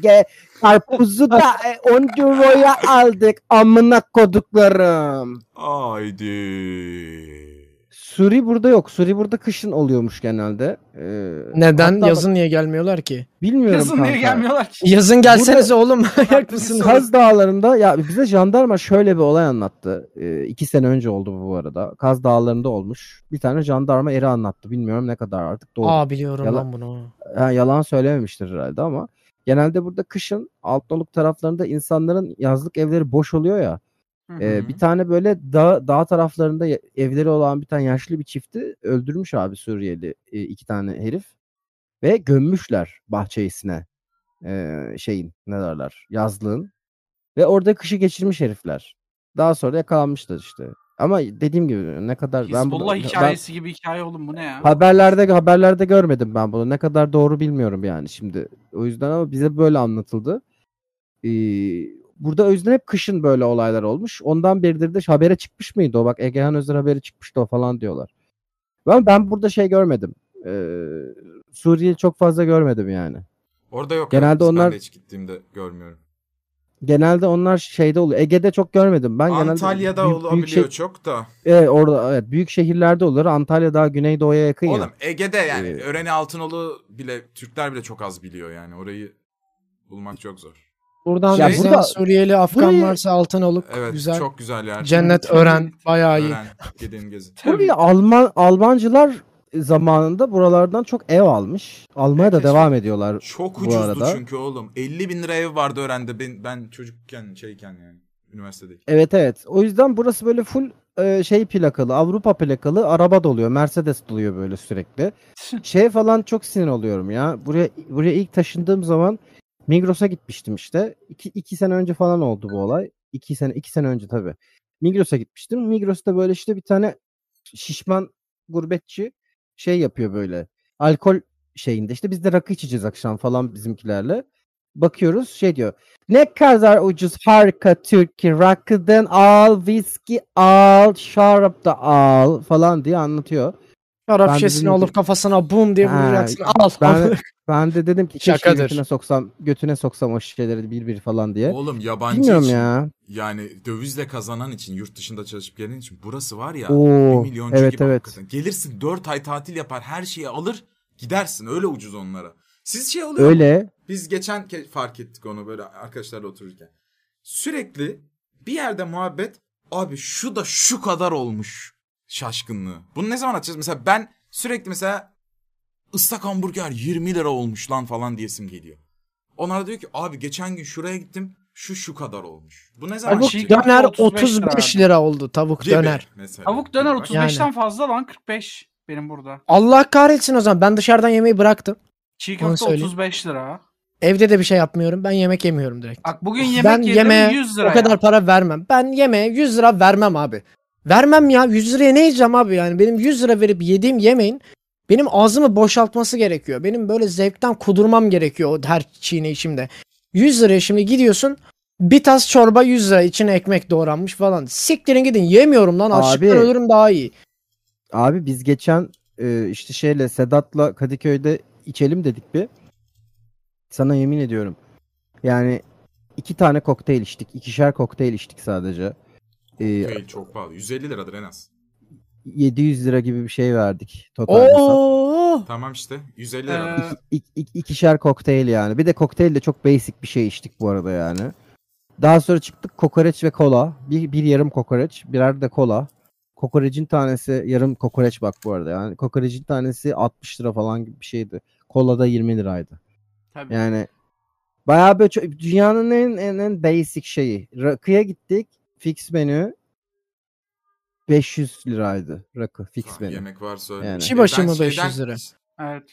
Speaker 2: Ge-
Speaker 3: <laughs>
Speaker 2: karpuzu da e, 10 euroya aldık amına koduklarım.
Speaker 1: Haydi.
Speaker 2: Suri burada yok. Suri burada kışın oluyormuş genelde. Ee,
Speaker 3: Neden?
Speaker 2: hatta bak-
Speaker 3: Yazın niye gelmiyorlar ki?
Speaker 2: bilmiyorum
Speaker 4: Yazın
Speaker 2: kanka.
Speaker 4: niye gelmiyorlar ki?
Speaker 3: Yazın gelsenize <laughs> oğlum. Ayak
Speaker 2: Bizim
Speaker 3: mısınız?
Speaker 2: Kaz Dağları'nda ya bize jandarma şöyle bir olay anlattı. Ee, iki sene önce oldu bu bu arada. Kaz Dağları'nda olmuş. Bir tane jandarma eri anlattı. Bilmiyorum ne kadar artık doğru.
Speaker 3: Aa biliyorum
Speaker 2: Yalan-
Speaker 3: lan bunu.
Speaker 2: Ha, yalan söylememiştir herhalde ama genelde burada kışın Altınoluk taraflarında insanların yazlık evleri boş oluyor ya. Ee,
Speaker 1: Hı hı.
Speaker 2: bir tane böyle dağ, dağ taraflarında ya- evleri olan bir tane yaşlı bir çifti öldürmüş abi Suriyeli e, iki tane herif ve gömmüşler bahçesine ee, şeyin ne derler yazlığın ve orada kışı geçirmiş herifler. Daha sonra yakalanmışlar işte. Ama dediğim gibi ne kadar ben bunu-
Speaker 4: Hizbullah
Speaker 2: ben-
Speaker 4: hikayesi gibi hikaye oğlum bu ne ya?
Speaker 2: haberlerde haberlerde görmedim ben bunu. Ne kadar doğru bilmiyorum yani şimdi. O yüzden ama bize böyle anlatıldı. Ee, burada o yüzden hep kışın böyle olaylar olmuş. Ondan beridir de habere çıkmış mıydı o? Bak Egehan Özer haberi çıkmıştı o falan diyorlar. Ama ben burada şey görmedim. Ee, Suriye çok fazla görmedim yani.
Speaker 1: Orada yok.
Speaker 2: Genelde
Speaker 1: yalnız, Ben
Speaker 2: onlar-
Speaker 1: de hiç gittiğimde görmüyorum.
Speaker 2: Genelde onlar şeyde oluyor. Ege'de çok görmedim ben. Genelde şey
Speaker 1: Antalya'da
Speaker 2: büyük- büyük
Speaker 1: olabiliyor
Speaker 2: şeh-
Speaker 1: çok da.
Speaker 2: Evet, orada evet, büyük şehirlerde olur. Antalya daha güneydoğuya yakın ya.
Speaker 1: Oğlum Ege'de yani
Speaker 2: şey Ee,
Speaker 1: Öreni Altınol'u bile Türkler bile çok az biliyor yani. Orayı bulmak çok zor.
Speaker 3: Buradan
Speaker 1: Ya
Speaker 3: bizden
Speaker 2: burada-
Speaker 3: Suriyeli, Afgan
Speaker 2: burayı-
Speaker 3: varsa altın olup
Speaker 1: Evet
Speaker 3: güzel.
Speaker 1: çok güzel yer.
Speaker 2: şey.
Speaker 3: Cennet öğren bayağı iyi.
Speaker 1: Ören. Gidin gezin.
Speaker 2: Tabii Alman Almancılar zamanında buralardan çok ev almış. Almaya da
Speaker 1: Evet,
Speaker 2: devam ediyorlar.
Speaker 1: Çok
Speaker 2: Bu
Speaker 1: ucuzdu
Speaker 2: arada-
Speaker 1: çünkü oğlum. 50 bin lira ev vardı öğrende ben, ben çocukken şeyken yani üniversitedeyken.
Speaker 2: Evet evet. O yüzden burası böyle full e, şey plakalı, Avrupa plakalı araba doluyor, Mercedes doluyor böyle sürekli. Şey falan çok sinir oluyorum ya. Buraya buraya ilk taşındığım zaman Migros'a gitmiştim işte. İki, iki sene önce falan oldu bu olay. İki sene, iki sene önce tabii. Migros'a gitmiştim. Migros'ta böyle işte bir tane şişman gurbetçi şey yapıyor böyle. Alkol şeyinde işte biz de rakı içeceğiz akşam falan bizimkilerle. Bakıyoruz şey diyor. Ne kadar ucuz harika Türkiye rakıdan al, viski al, şarap da al falan diye anlatıyor. Ben
Speaker 3: Arap
Speaker 2: bizim-
Speaker 3: şişesini alıp kafasına bum diye
Speaker 2: Ha,
Speaker 3: vuracaksın. Al. al.
Speaker 2: Ben, ben de dedim ki keşke
Speaker 3: Şakadır.
Speaker 2: götüne soksam, götüne soksam o şişeleri bir bir falan diye.
Speaker 1: Oğlum yabancı
Speaker 2: E? Bilmiyorum
Speaker 1: için
Speaker 2: ya.
Speaker 1: yani dövizle kazanan için yurt dışında çalışıp gelen için burası var ya
Speaker 2: Oo,
Speaker 1: bir milyoncu
Speaker 2: evet,
Speaker 1: gibi
Speaker 2: evet.
Speaker 1: hakikaten. Gelirsin 4 ay tatil yapar her şeyi alır gidersin öyle ucuz onlara. Siz şey oluyor mu?
Speaker 2: Öyle.
Speaker 1: Biz geçen ke- fark ettik onu böyle arkadaşlarla otururken. Sürekli bir yerde muhabbet abi şu da şu kadar olmuş şaşkınlığı. Bunu ne zaman açacağız? Mesela ben sürekli mesela ıslak hamburger 20 lira olmuş lan falan diyesim geliyor. Onlar da diyor ki abi geçen gün şuraya gittim şu şu kadar olmuş. Bu ne zaman
Speaker 3: <laughs> Tavuk
Speaker 1: açacağız?
Speaker 4: döner
Speaker 3: döner
Speaker 4: 35 lira
Speaker 3: 35 lira oldu tavuk
Speaker 1: Gibi
Speaker 3: döner.
Speaker 1: Mesela.
Speaker 4: Tavuk döner
Speaker 1: Bak,
Speaker 4: 35'ten fazla lan 45 benim burada.
Speaker 3: Allah kahretsin o zaman. Ben dışarıdan yemeği bıraktım.
Speaker 4: Çiğ
Speaker 3: Onu
Speaker 4: köfte
Speaker 3: söyleyeyim.
Speaker 4: 35 lira.
Speaker 3: Evde de bir şey yapmıyorum. Ben yemek yemiyorum direkt.
Speaker 4: Bak bugün yemek
Speaker 3: ben
Speaker 4: yedim
Speaker 3: yemeğe
Speaker 4: 100 lira.
Speaker 3: o kadar
Speaker 4: ya.
Speaker 3: para vermem. Ben yemeğe 100 lira vermem abi. Vermem ya. 100 liraya ne yiyeceğim abi yani? Benim 100 lira verip yediğim yemeğin benim ağzımı boşaltması gerekiyor. Benim böyle zevkten kudurmam gerekiyor o her çiğne içimde. 100 liraya şimdi gidiyorsun bir tas çorba 100 lira içine ekmek doğranmış falan. Siktirin gidin yemiyorum lan açlıktan
Speaker 2: Abi.
Speaker 3: ölürüm daha iyi.
Speaker 2: Abi biz geçen e, işte şeyle Sedat'la Kadıköy'de içelim dedik bir. Sana yemin ediyorum. Yani iki tane kokteyl içtik. ikişer kokteyl içtik sadece. E,
Speaker 1: Kokteyl Şey çok pahalı. 150 liradır en az.
Speaker 2: 700 lira gibi bir şey verdik. Total hesap.
Speaker 3: Oo.
Speaker 1: Tamam işte 150 lira.
Speaker 4: Ee,
Speaker 2: İk, ik- ikişer kokteyl yani. Bir de kokteyl de çok basic bir şey içtik bu arada yani. Daha sonra çıktık kokoreç ve kola. Bir, bir yarım kokoreç, birer de kola. Kokorecin tanesi yarım kokoreç bak bu arada yani. Kokorecin tanesi 60 lira falan gibi bir şeydi. Kola da 20 liraydı.
Speaker 4: tabii.
Speaker 2: Yani bayağı böyle çok- dünyanın en, en, en basic şeyi. Rakıya gittik. Fix menü 500 liraydı rakı
Speaker 1: Tamam,
Speaker 2: fix menü.
Speaker 1: Ah, yemek varsa öyle.
Speaker 2: Yani.
Speaker 3: Kişi başı
Speaker 1: Ben
Speaker 3: mı
Speaker 1: şeyden-
Speaker 3: 500 lira?
Speaker 4: Evet.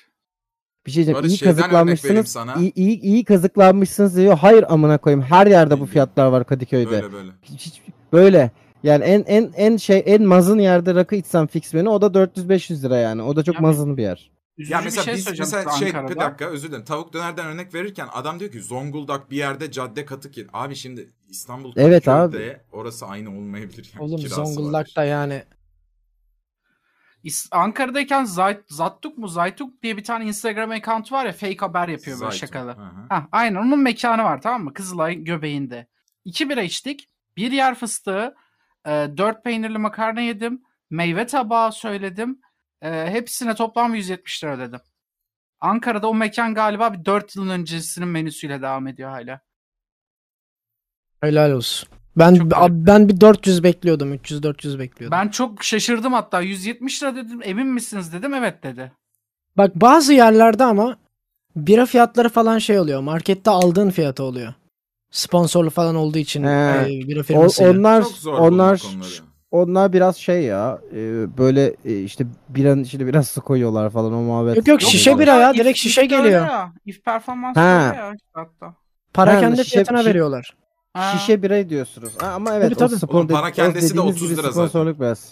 Speaker 2: Bir şey diyeceğim.
Speaker 1: Barış
Speaker 2: iyi
Speaker 1: şeyden örnek vereyim
Speaker 2: kazıklanmışsınız.
Speaker 1: sana.
Speaker 2: İyi, iyi, iyi kazıklanmışsınız diyor. Hayır amına koyayım. Her yerde bu
Speaker 1: Bildiğin.
Speaker 2: fiyatlar var Kadıköy'de.
Speaker 1: Böyle böyle.
Speaker 2: Hiç- hiç- böyle. Yani en en en şey en mazın yerde rakı içsem fix menü o da 400-500 lira yani. O da çok
Speaker 4: Ya
Speaker 2: mazın bir yer.
Speaker 4: Üzücü
Speaker 1: Ya
Speaker 4: bir
Speaker 1: mesela
Speaker 4: şey
Speaker 1: biz
Speaker 4: söyleyeceğim
Speaker 1: mesela
Speaker 4: size
Speaker 1: şey
Speaker 4: Ankara'da.
Speaker 1: bir dakika özür dilerim. Tavuk dönerden örnek verirken adam diyor ki Zonguldak bir yerde cadde katık yer. Abi şimdi İstanbul
Speaker 2: Evet
Speaker 1: Kadıköy'de orası aynı olmayabilir. Yani
Speaker 3: Oğlum
Speaker 1: kirası vardır.
Speaker 3: Zonguldak'ta yani.
Speaker 4: İs- Ankara'dayken Zayt, Zattuk mu Zaytuk diye bir tane Instagram account var ya fake haber yapıyor böyle
Speaker 1: Zaytun.
Speaker 4: şakalı.
Speaker 1: Hı hı.
Speaker 4: Ha, aynen onun mekanı var tamam mı? Kızılay göbeğinde. İki bira içtik. Bir yer fıstığı. e, dört peynirli makarna yedim. Meyve tabağı söyledim. E, hepsine toplam 170 lira ödedim. Ankara'da o mekan galiba bir 4 yılın öncesinin menüsüyle devam ediyor hala.
Speaker 3: Helal olsun. Ben
Speaker 4: Çok garip.
Speaker 3: abi ben bir 400 bekliyordum. 300 400 bekliyordum.
Speaker 4: Ben çok şaşırdım hatta 170 lira dedim emin misiniz dedim evet dedi.
Speaker 3: Bak bazı yerlerde ama bira fiyatları falan şey oluyor. Markette aldığın fiyatı oluyor. Sponsorlu falan olduğu için
Speaker 2: He.
Speaker 3: e, bira
Speaker 2: O-
Speaker 3: firmasıyla.
Speaker 2: onlar
Speaker 1: Çok zor
Speaker 2: onlar
Speaker 1: bulduk onları.
Speaker 2: onlar biraz şey ya e, böyle e, işte biranın içine biraz su koyuyorlar falan o muhabbet.
Speaker 3: Yok yok, şişe
Speaker 2: Şey
Speaker 3: bira
Speaker 4: ya,
Speaker 3: ya,
Speaker 4: if-
Speaker 3: direkt şişe
Speaker 4: if de öyle
Speaker 3: geliyor.
Speaker 4: Ya. If performans
Speaker 2: Ha.
Speaker 4: öyle ya işte hatta.
Speaker 3: Para
Speaker 2: Ha,
Speaker 3: kendi
Speaker 2: şişe-
Speaker 3: fiyatına
Speaker 2: şi-
Speaker 3: veriyorlar.
Speaker 4: Ha.
Speaker 2: Şişe birey diyorsunuz. Ha, ama evet
Speaker 3: Tabii, tabii.
Speaker 2: o spor
Speaker 5: Oğlum,
Speaker 2: de-
Speaker 5: para
Speaker 2: o
Speaker 5: kendisi de
Speaker 2: dediğiniz
Speaker 5: 30
Speaker 2: gibi
Speaker 5: lira zaten.
Speaker 2: Sponsorluk biraz.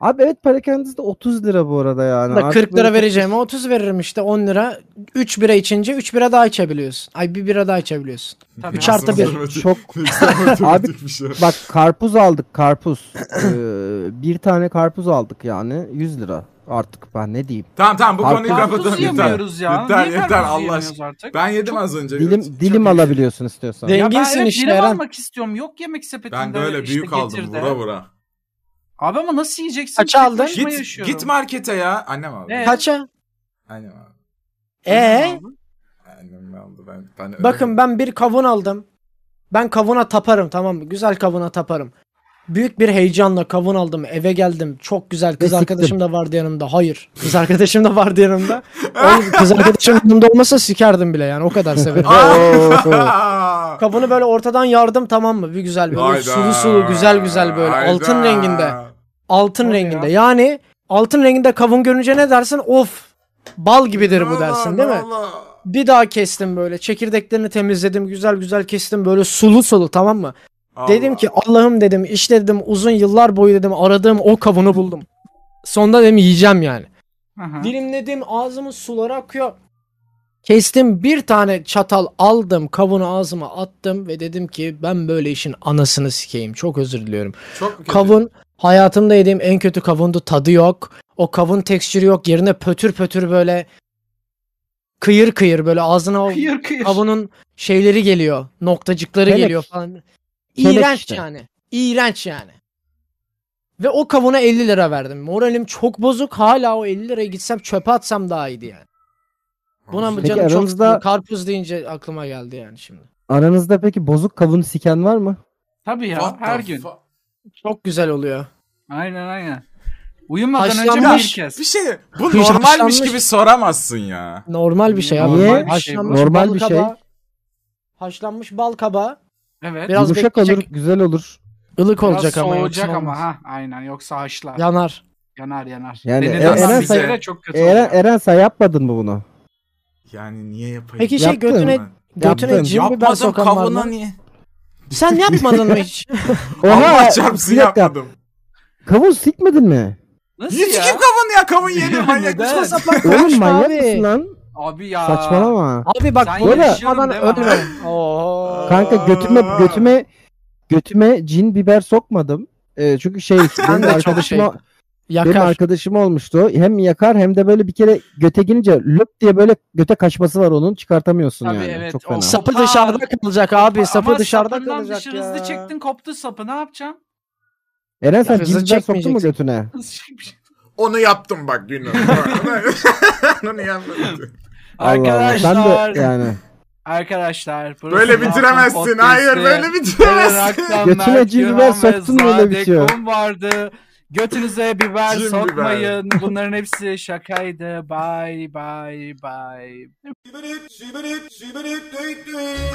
Speaker 2: Abi evet para kendisi de 30 lira bu arada yani.
Speaker 3: Da
Speaker 2: Artık
Speaker 3: 40
Speaker 2: böyle
Speaker 3: lira
Speaker 2: çok-
Speaker 3: vereceğime 30 veririm işte 10 lira. 3 bira içince 3 bira daha içebiliyorsun. Ay bir bira daha içebiliyorsun.
Speaker 4: Tabii.
Speaker 3: Üç artı bir.
Speaker 1: <laughs>
Speaker 2: Çok Abi- bak karpuz aldık karpuz. Ee, bir tane karpuz aldık yani 100 lira artık ben ne diyeyim.
Speaker 5: Tamam tamam bu
Speaker 2: Abi,
Speaker 5: konuyu
Speaker 2: karpuz
Speaker 5: kapatalım yeter.
Speaker 4: yemiyoruz ya.
Speaker 5: Yeter,
Speaker 4: Niye
Speaker 5: yeter,
Speaker 4: karpuz
Speaker 5: Allah
Speaker 4: yiyemiyoruz
Speaker 5: aşkına.
Speaker 4: artık?
Speaker 5: Ben yedim az önce.
Speaker 2: Dilim
Speaker 5: Çok
Speaker 2: dilim
Speaker 5: iyi.
Speaker 2: alabiliyorsun istiyorsan.
Speaker 3: Değil.
Speaker 4: Ya ben
Speaker 3: Zenginsin
Speaker 4: evet
Speaker 3: işte,
Speaker 4: işte,
Speaker 3: Eren.
Speaker 4: almak istiyorum. Yok yemek sepetinde
Speaker 5: Ben böyle
Speaker 4: işte
Speaker 5: büyük aldım
Speaker 4: getir de.
Speaker 5: vura vura.
Speaker 4: Abi ama nasıl yiyeceksin?
Speaker 3: Kaç
Speaker 4: Tek
Speaker 3: aldın?
Speaker 4: başıma
Speaker 5: Git,
Speaker 4: yaşıyorum.
Speaker 5: git markete ya. Annem aldı.
Speaker 4: Evet.
Speaker 3: Kaça?
Speaker 5: Annem aldı.
Speaker 3: Ee,
Speaker 5: Annem aldı. Ben, ben öyle-
Speaker 3: bakın ben bir kavun aldım. Ben kavuna taparım tamam mı? Güzel kavuna taparım. Büyük bir heyecanla kavun aldım. Eve geldim. Çok güzel. Kız
Speaker 2: Ve
Speaker 3: arkadaşım da vardı yanımda. Hayır. Kız arkadaşım da vardı
Speaker 5: <laughs>
Speaker 3: yanımda. Oğlum, kız arkadaşım yanımda olmasa sikerdim bile yani. O kadar severim. <laughs>
Speaker 5: Aa!
Speaker 3: Kavunu böyle ortadan yardım tamam mı? Bir güzel böyle
Speaker 5: Hayda.
Speaker 3: sulu sulu güzel güzel böyle
Speaker 5: Hayda.
Speaker 3: altın renginde. Altın
Speaker 4: Tabii
Speaker 3: renginde. Yani altın renginde kavun görünce ne dersin? Of! Bal gibidir bu dersin değil mi?
Speaker 5: Allah.
Speaker 3: Bir daha kestim böyle. Çekirdeklerini temizledim. Güzel güzel kestim böyle sulu sulu tamam mı? Dedim ki Allah'ım dedim işte dedim uzun yıllar boyu dedim aradığım o kavunu buldum. Sonunda dedim yiyeceğim yani.
Speaker 4: Aha.
Speaker 3: Dilimledim ağzımın suları akıyor. Kestim bir tane çatal aldım kavunu ağzıma attım ve dedim ki ben böyle işin anasını sikeyim. Çok özür diliyorum.
Speaker 5: Çok mu kötü?
Speaker 3: Kavun hayatımda yediğim en kötü kavundu. Tadı yok. O kavun tekstürü yok. Yerine pötür pötür böyle kıyır kıyır böyle ağzına o
Speaker 4: Kıyır kıyır.
Speaker 3: kavunun şeyleri geliyor. Noktacıkları
Speaker 2: Kelek.
Speaker 3: geliyor falan.
Speaker 2: Kelek
Speaker 3: İğrenç
Speaker 2: işte.
Speaker 3: yani. İğrenç yani. Ve o kavuna 50 lira verdim. Moralim çok bozuk. Hala o 50 liraya gitsem çöpe atsam daha iyiydi yani. Buna mı
Speaker 2: Peki
Speaker 3: canım çok
Speaker 2: aranızda-
Speaker 3: sıkıldı. karpuz deyince aklıma geldi yani şimdi.
Speaker 2: Aranızda peki bozuk kavun siken var mı?
Speaker 4: Tabii ya
Speaker 5: What the
Speaker 4: her gün.
Speaker 5: fa-
Speaker 3: Çok güzel oluyor.
Speaker 4: Aynen aynen. Uyumadan önce bir
Speaker 3: Haşlanmış.
Speaker 4: kez.
Speaker 5: Bir şey bu
Speaker 3: Kış
Speaker 5: normalmiş
Speaker 3: yaşlanmış.
Speaker 5: gibi soramazsın ya.
Speaker 3: Normal bir şey abi.
Speaker 2: Normal bir
Speaker 4: şey bu.
Speaker 3: Haşlanmış
Speaker 2: Normal
Speaker 3: bal
Speaker 2: bir şey.
Speaker 3: kabağı- Haşlanmış bal kabağı
Speaker 4: Evet.
Speaker 3: Biraz
Speaker 2: Yumuşak olur,
Speaker 3: bekleyecek.
Speaker 2: güzel olur.
Speaker 3: ılık
Speaker 4: Biraz
Speaker 3: olacak ama.
Speaker 4: soğuyacak
Speaker 3: yoksa
Speaker 4: ama
Speaker 3: olmaz.
Speaker 4: ha aynen yoksa haşlar.
Speaker 3: Yanar.
Speaker 4: Yanar yanar.
Speaker 2: Yani
Speaker 4: Denedin
Speaker 2: e-
Speaker 4: ama
Speaker 2: Eren
Speaker 4: bize
Speaker 5: say-
Speaker 4: de çok kötü
Speaker 2: Eren,
Speaker 4: oluyor.
Speaker 3: e-
Speaker 2: Eren sen yapmadın mı bunu?
Speaker 5: Yani niye yapayım?
Speaker 3: Peki şey
Speaker 2: Yaptın
Speaker 3: götüne
Speaker 5: mı?
Speaker 3: götüne
Speaker 2: Yaptın.
Speaker 3: cin biber
Speaker 5: Yapmadım
Speaker 3: sokan var
Speaker 5: kavuna
Speaker 3: mı?
Speaker 5: niye?
Speaker 3: Sen yapmadın
Speaker 2: <laughs>
Speaker 3: mı hiç?
Speaker 5: Allah
Speaker 2: bir
Speaker 5: çarpsın
Speaker 2: dakika.
Speaker 5: yapmadım.
Speaker 2: Kavun sikmedin mi?
Speaker 4: Nasıl
Speaker 5: Hiç
Speaker 4: ya?
Speaker 5: kim kavun ya kavun
Speaker 3: <laughs>
Speaker 5: yenir manyak.
Speaker 4: Neden?
Speaker 5: mısın?
Speaker 3: Saçma sapan
Speaker 2: Oğlum
Speaker 3: konuşma
Speaker 2: manyak
Speaker 3: abi.
Speaker 2: mısın lan?
Speaker 4: Abi ya.
Speaker 2: Saçmalama.
Speaker 3: Abi bak
Speaker 4: Sen
Speaker 3: bu
Speaker 4: yaşıyorsun
Speaker 3: adam
Speaker 4: değil mi?
Speaker 3: ölme. Oo.
Speaker 2: Kanka götüme
Speaker 5: Aa.
Speaker 2: götüme götüme cin biber sokmadım. Ee, çünkü şey benim
Speaker 3: de çok
Speaker 2: arkadaşıma
Speaker 3: şey.
Speaker 2: benim
Speaker 3: Yakar.
Speaker 2: arkadaşım olmuştu. o. Hem yakar hem de böyle bir kere göte girince löp diye böyle göte kaçması var onun çıkartamıyorsun
Speaker 4: Tabii
Speaker 2: yani.
Speaker 4: evet,
Speaker 2: Çok
Speaker 4: o
Speaker 2: fena.
Speaker 4: sap-
Speaker 3: Sapı dışarıda kalacak abi. sapı
Speaker 4: Ama
Speaker 3: dışarıda
Speaker 4: sapından
Speaker 3: kalacak
Speaker 4: dışarı
Speaker 3: ya.
Speaker 4: hızlı çektin koptu sapı ne yapacağım?
Speaker 2: Eren sen
Speaker 3: Hızlı
Speaker 2: cin biber soktun mu
Speaker 3: çekmeyeceksin.
Speaker 2: götüne?
Speaker 4: Hızlı çekmiş.
Speaker 5: Onu yaptım bak Günah. <laughs> Onu yapmadım.
Speaker 4: Arkadaşlar.
Speaker 2: Allah Allah. Sen de yani.
Speaker 4: Arkadaşlar. burası
Speaker 5: Böyle
Speaker 4: Napton
Speaker 5: bitiremezsin.
Speaker 4: Podcast'i.
Speaker 5: Hayır böyle
Speaker 3: <laughs>
Speaker 4: Eren
Speaker 5: bitiremezsin.
Speaker 4: Aktan,
Speaker 2: Götüne
Speaker 4: Mert
Speaker 2: cin
Speaker 4: Yunan
Speaker 2: biber
Speaker 4: ve
Speaker 2: soktun mu öyle bir şey?
Speaker 4: Zadekon vardı. Götünüze biber
Speaker 5: Cin biber.
Speaker 4: sokmayın. Bunların hepsi şakaydı. Bye bye bye.
Speaker 5: Şibirit, şibirit, şibirit, düt, düt.